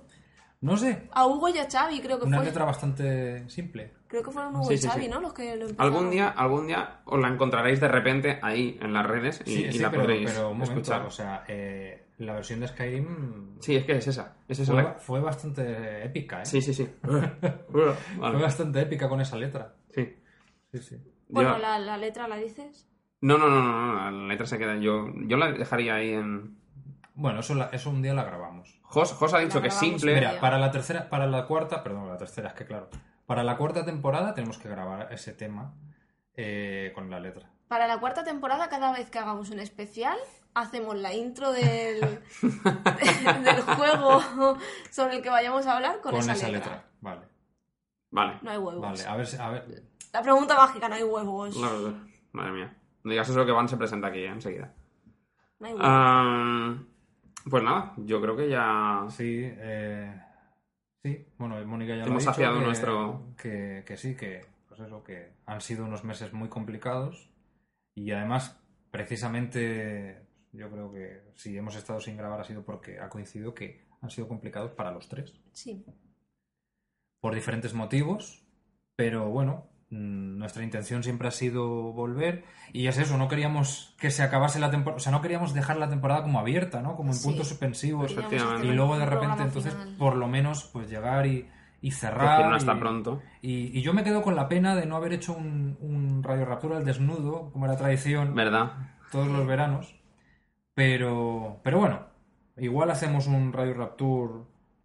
A: No sé.
C: A Hugo y a Xavi creo que
A: Una
C: fue.
A: letra bastante simple.
C: Creo que fueron Hugo
B: Sí,
C: y
B: sí,
C: Xavi,
B: sí.
C: ¿no? Los que lo empezaron.
B: Algún día, algún día os la encontraréis de repente ahí en las redes y,
A: Sí,
B: y
A: sí,
B: la
A: pero,
B: podréis
A: pero un momento,
B: escuchar.
A: o sea, eh, la versión de Skyrim
B: Sí, es que es esa. Es esa
A: fue,
B: la-
A: fue bastante épica, ¿eh?
B: Sí, sí, <laughs> sí.
A: Fue
B: Vale,
A: bastante épica con esa letra.
B: sí.
A: Sí, sí.
B: Yo-
C: Bueno, la, la letra la dices.
B: No, no, no, no, no, la letra se queda. Yo, yo la dejaría ahí en.
A: Bueno, eso, la- eso un día la grabamos.
B: Jos, Jos ha dicho
C: La
B: que es
C: grabamos
B: simple.
C: un
A: Mira,
C: día.
A: para la tercera, para la cuarta, perdón, la tercera, es que claro. Para la cuarta temporada tenemos que grabar ese tema eh, con la letra.
C: Para la cuarta temporada, cada vez que hagamos un especial, hacemos la intro del, del juego sobre el que vayamos a hablar con,
A: Con
C: esa,
A: esa
C: letra.
A: letra. Vale,
B: Vale.
C: No hay huevos.
A: vale. A ver, si- a ver.
C: La pregunta mágica, no hay huevos.
B: La verdad. Madre mía. No digas eso que Van se presenta aquí eh, enseguida.
C: No hay huevos.
B: Ah, pues nada, yo creo que ya.
A: Sí, eh, sí. Bueno, Mónica ya lo
B: Hemos
A: ha dicho
B: saciado
A: que-
B: nuestro-
A: que, que sí, que pues eso, que han sido unos meses muy complicados y además, precisamente, yo creo que si hemos estado sin grabar ha sido porque ha coincidido que han sido complicados para los tres.
C: Sí.
A: por diferentes motivos, pero bueno, mm, nuestra intención siempre ha sido volver y es eso, no queríamos que se acabase la temporada, o sea, no queríamos dejar la temporada como abierta, ¿no? Como en
C: Sí.
A: puntos suspensivos
C: Queríamos
B: efectivamente.
A: pues y
C: hacer
A: luego
C: un
A: de repente
C: programa
A: entonces
C: final.
A: por lo menos pues llegar y, y cerrar.
B: Decir un hasta
A: y,
B: pronto.
A: Y, y yo me quedo con la pena de no haber hecho un, un Radio Raptura al desnudo, como era tradición
B: ¿Verdad?
A: todos los veranos. Pero, pero bueno, igual hacemos un Radio Rapture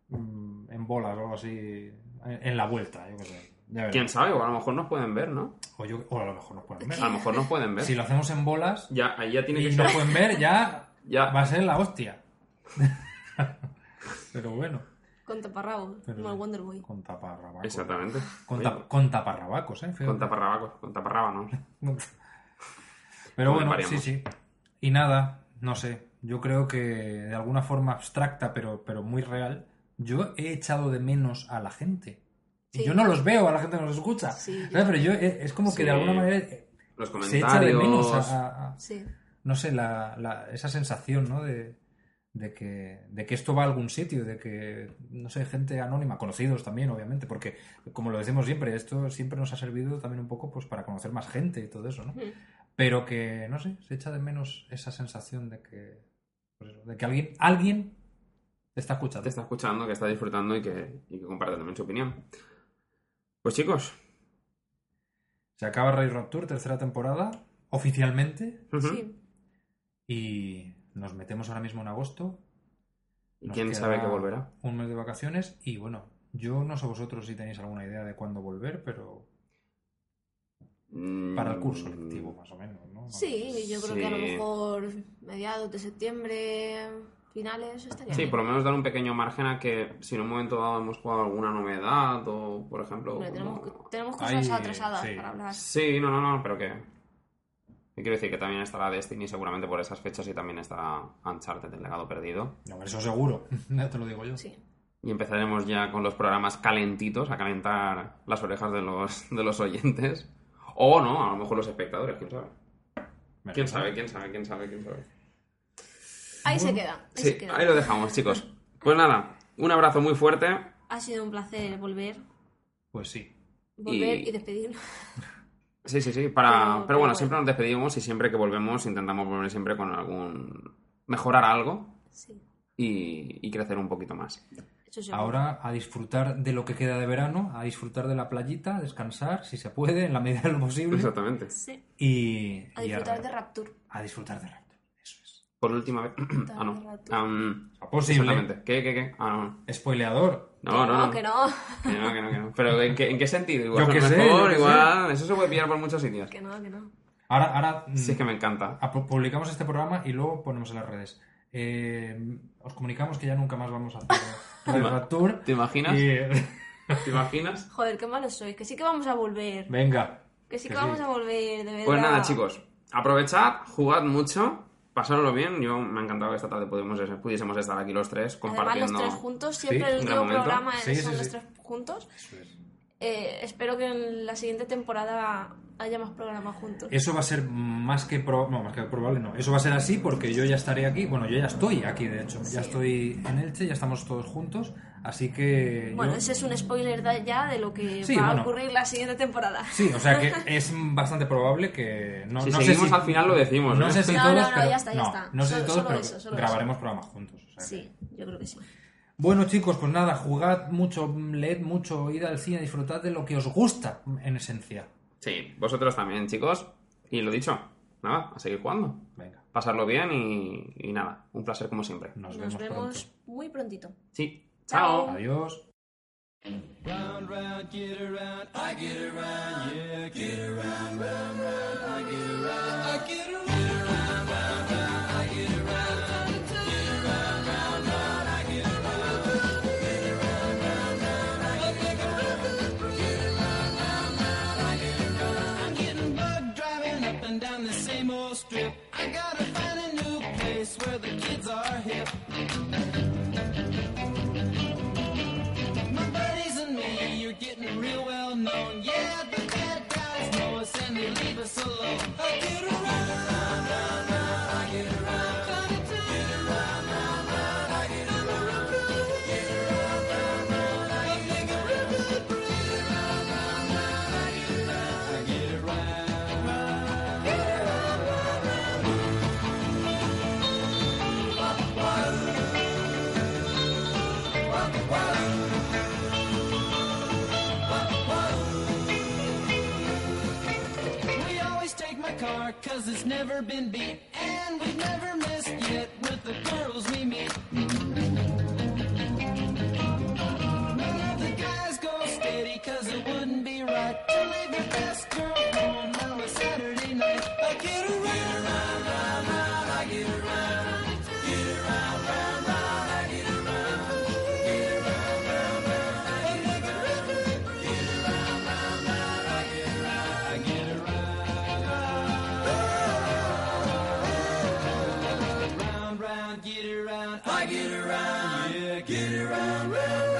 A: mm, en bolas o algo así, en, en la vuelta, yo qué sé. Ya verás.
B: ¿Quién sabe? O a lo mejor nos pueden ver, ¿no?
A: O, yo- o a lo mejor nos pueden ver.
B: A lo mejor nos pueden ver.
A: Si lo hacemos en bolas
B: Ya, ahí ya tiene que
A: y nos
B: ser.
A: pueden ver, ya va
B: Ya.
A: a ser la hostia. <laughs> pero bueno,
C: Con taparrabos,
A: Pero-
C: como el Wonder Boy.
A: con taparrabacos.
B: Exactamente.
A: Con,
B: Oye,
A: ta- con taparrabacos, ¿eh? Fíjate.
B: Con taparrabacos, con taparrábanos.
A: <laughs> Pero
B: Bueno,
A: bueno, sí,
B: variamos.
A: sí. Y nada, no sé. Yo creo que de alguna forma abstracta, pero, pero muy real, yo he echado de menos a la gente. Y
C: Sí.
A: yo no los veo, a la gente no los escucha.
C: Sí,
A: ¿Sabes? Pero yo, eh, es como que
B: Sí.
A: de alguna manera eh,
B: Los
A: se echa de menos a,
B: comentarios.
A: a- a-
C: Sí.
A: no sé, la, la- esa sensación, ¿no? De, de que, de que esto va a algún sitio, de que, no sé, gente anónima, conocidos también, obviamente, porque, como lo decimos siempre, esto siempre nos ha servido también un poco pues para conocer más gente y todo eso, ¿no?
C: Mm.
A: pero que no sé, se echa de menos esa sensación de que pues eso, de que alguien alguien te está escuchando.
B: te está escuchando, que está disfrutando y que, y que comparte también su opinión. Pues chicos,
A: Se acaba Ray Rapture, tercera temporada, oficialmente,
B: ujú,
C: Sí.
A: y nos metemos ahora mismo en agosto.
B: ¿y
A: Nos
B: quién
A: queda
B: sabe que volverá?
A: Un mes de vacaciones y bueno, yo no sé vosotros si tenéis alguna idea de cuándo volver, pero
B: Mm,
A: para el curso lectivo más o menos, ¿no?
C: Sí, yo creo que a lo
B: Sí.
C: mejor mediados de septiembre, finales, estaría
B: Sí,
C: bien.
B: por lo menos dar un pequeño margen a que si en un momento dado hemos jugado alguna novedad o, por ejemplo...
C: Hombre, tenemos,
B: como-
C: tenemos cosas
A: Ahí,
C: atrasadas
A: sí.
C: para hablar.
B: Sí, no, no, no, pero que... que quiero decir que también estará Destiny seguramente por esas fechas y también estará Uncharted, el legado perdido.
A: No, eso seguro, <laughs> ya te lo digo yo.
C: Sí.
B: Y empezaremos ya con los programas calentitos, a calentar las orejas de los, de los oyentes. O no, a lo mejor los espectadores, quién sabe.
A: Bueno,
B: ¿Quién sabe? ¿Quién sabe? ¿Quién sabe? ¿Quién sabe?
C: Ahí se queda. Ahí
B: Sí,
C: se queda.
B: ahí lo dejamos, chicos. Pues nada, un abrazo muy fuerte.
C: Ha sido un placer volver,
A: Pues sí.
C: volver
B: Y-
C: y, despedirnos. <laughs>
B: Sí, sí, sí. Para...
C: Pero-
B: Pero,
C: pero
B: bueno,
C: bueno.
B: siempre nos despedimos y siempre que volvemos intentamos volver siempre con algún... mejorar algo
C: Sí,
B: y, y crecer un poquito más.
C: eso seguro.
A: Ahora a disfrutar de lo que queda de verano, a disfrutar de la playita, descansar si se puede en la medida de lo posible
B: Exactamente.
C: Sí.
A: y
C: A
A: y
C: disfrutar
A: arrancar.
C: de Rapture.
A: a disfrutar de Raptor. Eso es.
B: Por última vez... <clears throat> ah, no. Am,
A: Posiblemente.
B: exactamente. ¿Qué, qué, qué? Ah, no.
A: Spoileador.
B: No, no, no.
C: que no, <laughs>
B: Que no, que no, que no. Pero ¿en qué, en qué sentido? Igual,
A: Yo
B: a
A: qué
B: lo
A: sé,
B: mejor,
A: yo qué
B: igual. Eso se puede pillar por muchos sitios.
C: que no, que no.
A: Ahora, ahora mm,
B: Sí, es que me encanta.
A: a- pu- publicamos este programa y luego ponemos en las redes. Eh, os comunicamos que ya nunca más vamos a
B: <laughs>
A: hacer Radio
B: Ma-
A: Raptor.
B: ¿Te
A: Y,
B: imaginas?
A: <laughs>
B: ¿Te imaginas?
C: Joder, qué malos sois, que sí que vamos a volver.
A: venga.
C: Que sí
A: que
C: que vamos
A: sí.
C: a volver, de verdad.
B: Pues nada, chicos. Aprovechad, jugad mucho, pasároslo bien. Yo me ha encantado que esta tarde pudimos- pudiésemos estar aquí los tres
C: Además,
B: compartiendo.
C: los tres juntos, siempre
A: Sí,
C: el
B: un
C: último
B: gran momento.
C: programa
A: Sí,
C: son
A: sí,
C: los
A: sí.
C: tres juntos. Eh, espero que en la siguiente temporada haya más programas juntos.
A: Eso va a ser más que, pro- no, más que probable, no. Eso va a ser así porque yo ya estaré aquí. Bueno, yo ya estoy aquí, de hecho. Ya estoy en Elche, ya estamos todos juntos. Así que.
C: Bueno,
A: yo-
C: ese es un spoiler da- ya de lo que
A: Sí,
C: va
A: bueno.
C: a ocurrir la siguiente temporada.
A: Sí, o sea
C: <laughs>
A: que es bastante probable que. No,
B: Si
A: no
B: seguimos
A: sé si,
B: al final lo decimos,
A: No
B: ¿eh?
A: sé si
C: No, no,
A: todos.
C: no,
A: pero-
C: ya está, ya
A: no,
C: está.
A: no sé si
C: Solo-
A: todos,
C: solo
A: pero
C: eso, solo
A: grabaremos programas juntos. o sea que-
C: Sí, yo creo que sí.
A: Bueno, chicos, pues nada, jugad mucho, leed mucho, id al cine, disfrutad de lo que os gusta, en esencia.
B: Sí, vosotros también, chicos. Y lo dicho, nada, a seguir jugando.
A: Venga,
B: Pasarlo bien y, y nada, un placer como siempre.
A: nos,
C: Nos
A: vemos,
C: vemos muy prontito.
B: Sí,
C: Chao.
B: chao.
A: pronto. Adiós.
D: Round, round, get around, I get around, yeah, get around, round, round, I get around, I get around, get around, round, round, I get around, get around, round, round, I get around, get around, round, round, I get around, get around, round, round, I get around. I'm getting bored driving up and down the same old strip. I gotta find a new place where the kids are hip. My buddies and me, you're getting real well known. Yeah, the bad guys know us and they leave us alone. I get around, round, round, round, I get around, round, get around, round, round, I get around, get around, round, round, I get around, get around, round, round, I get around, I get around, round, get around, round, round. We always take my car, cause it's never been beat. And we've never missed yet with the girls we meet. None of the guys go steady, cause it wouldn't be right to leave your best girl home on a Saturday night. I get around, round, round, round, I get around. Get around, round, round, I get around. Get around, round, round, I get around. Get around, round, round, I get around. I get around. Round, round, get around. I get around, yeah, get around, round.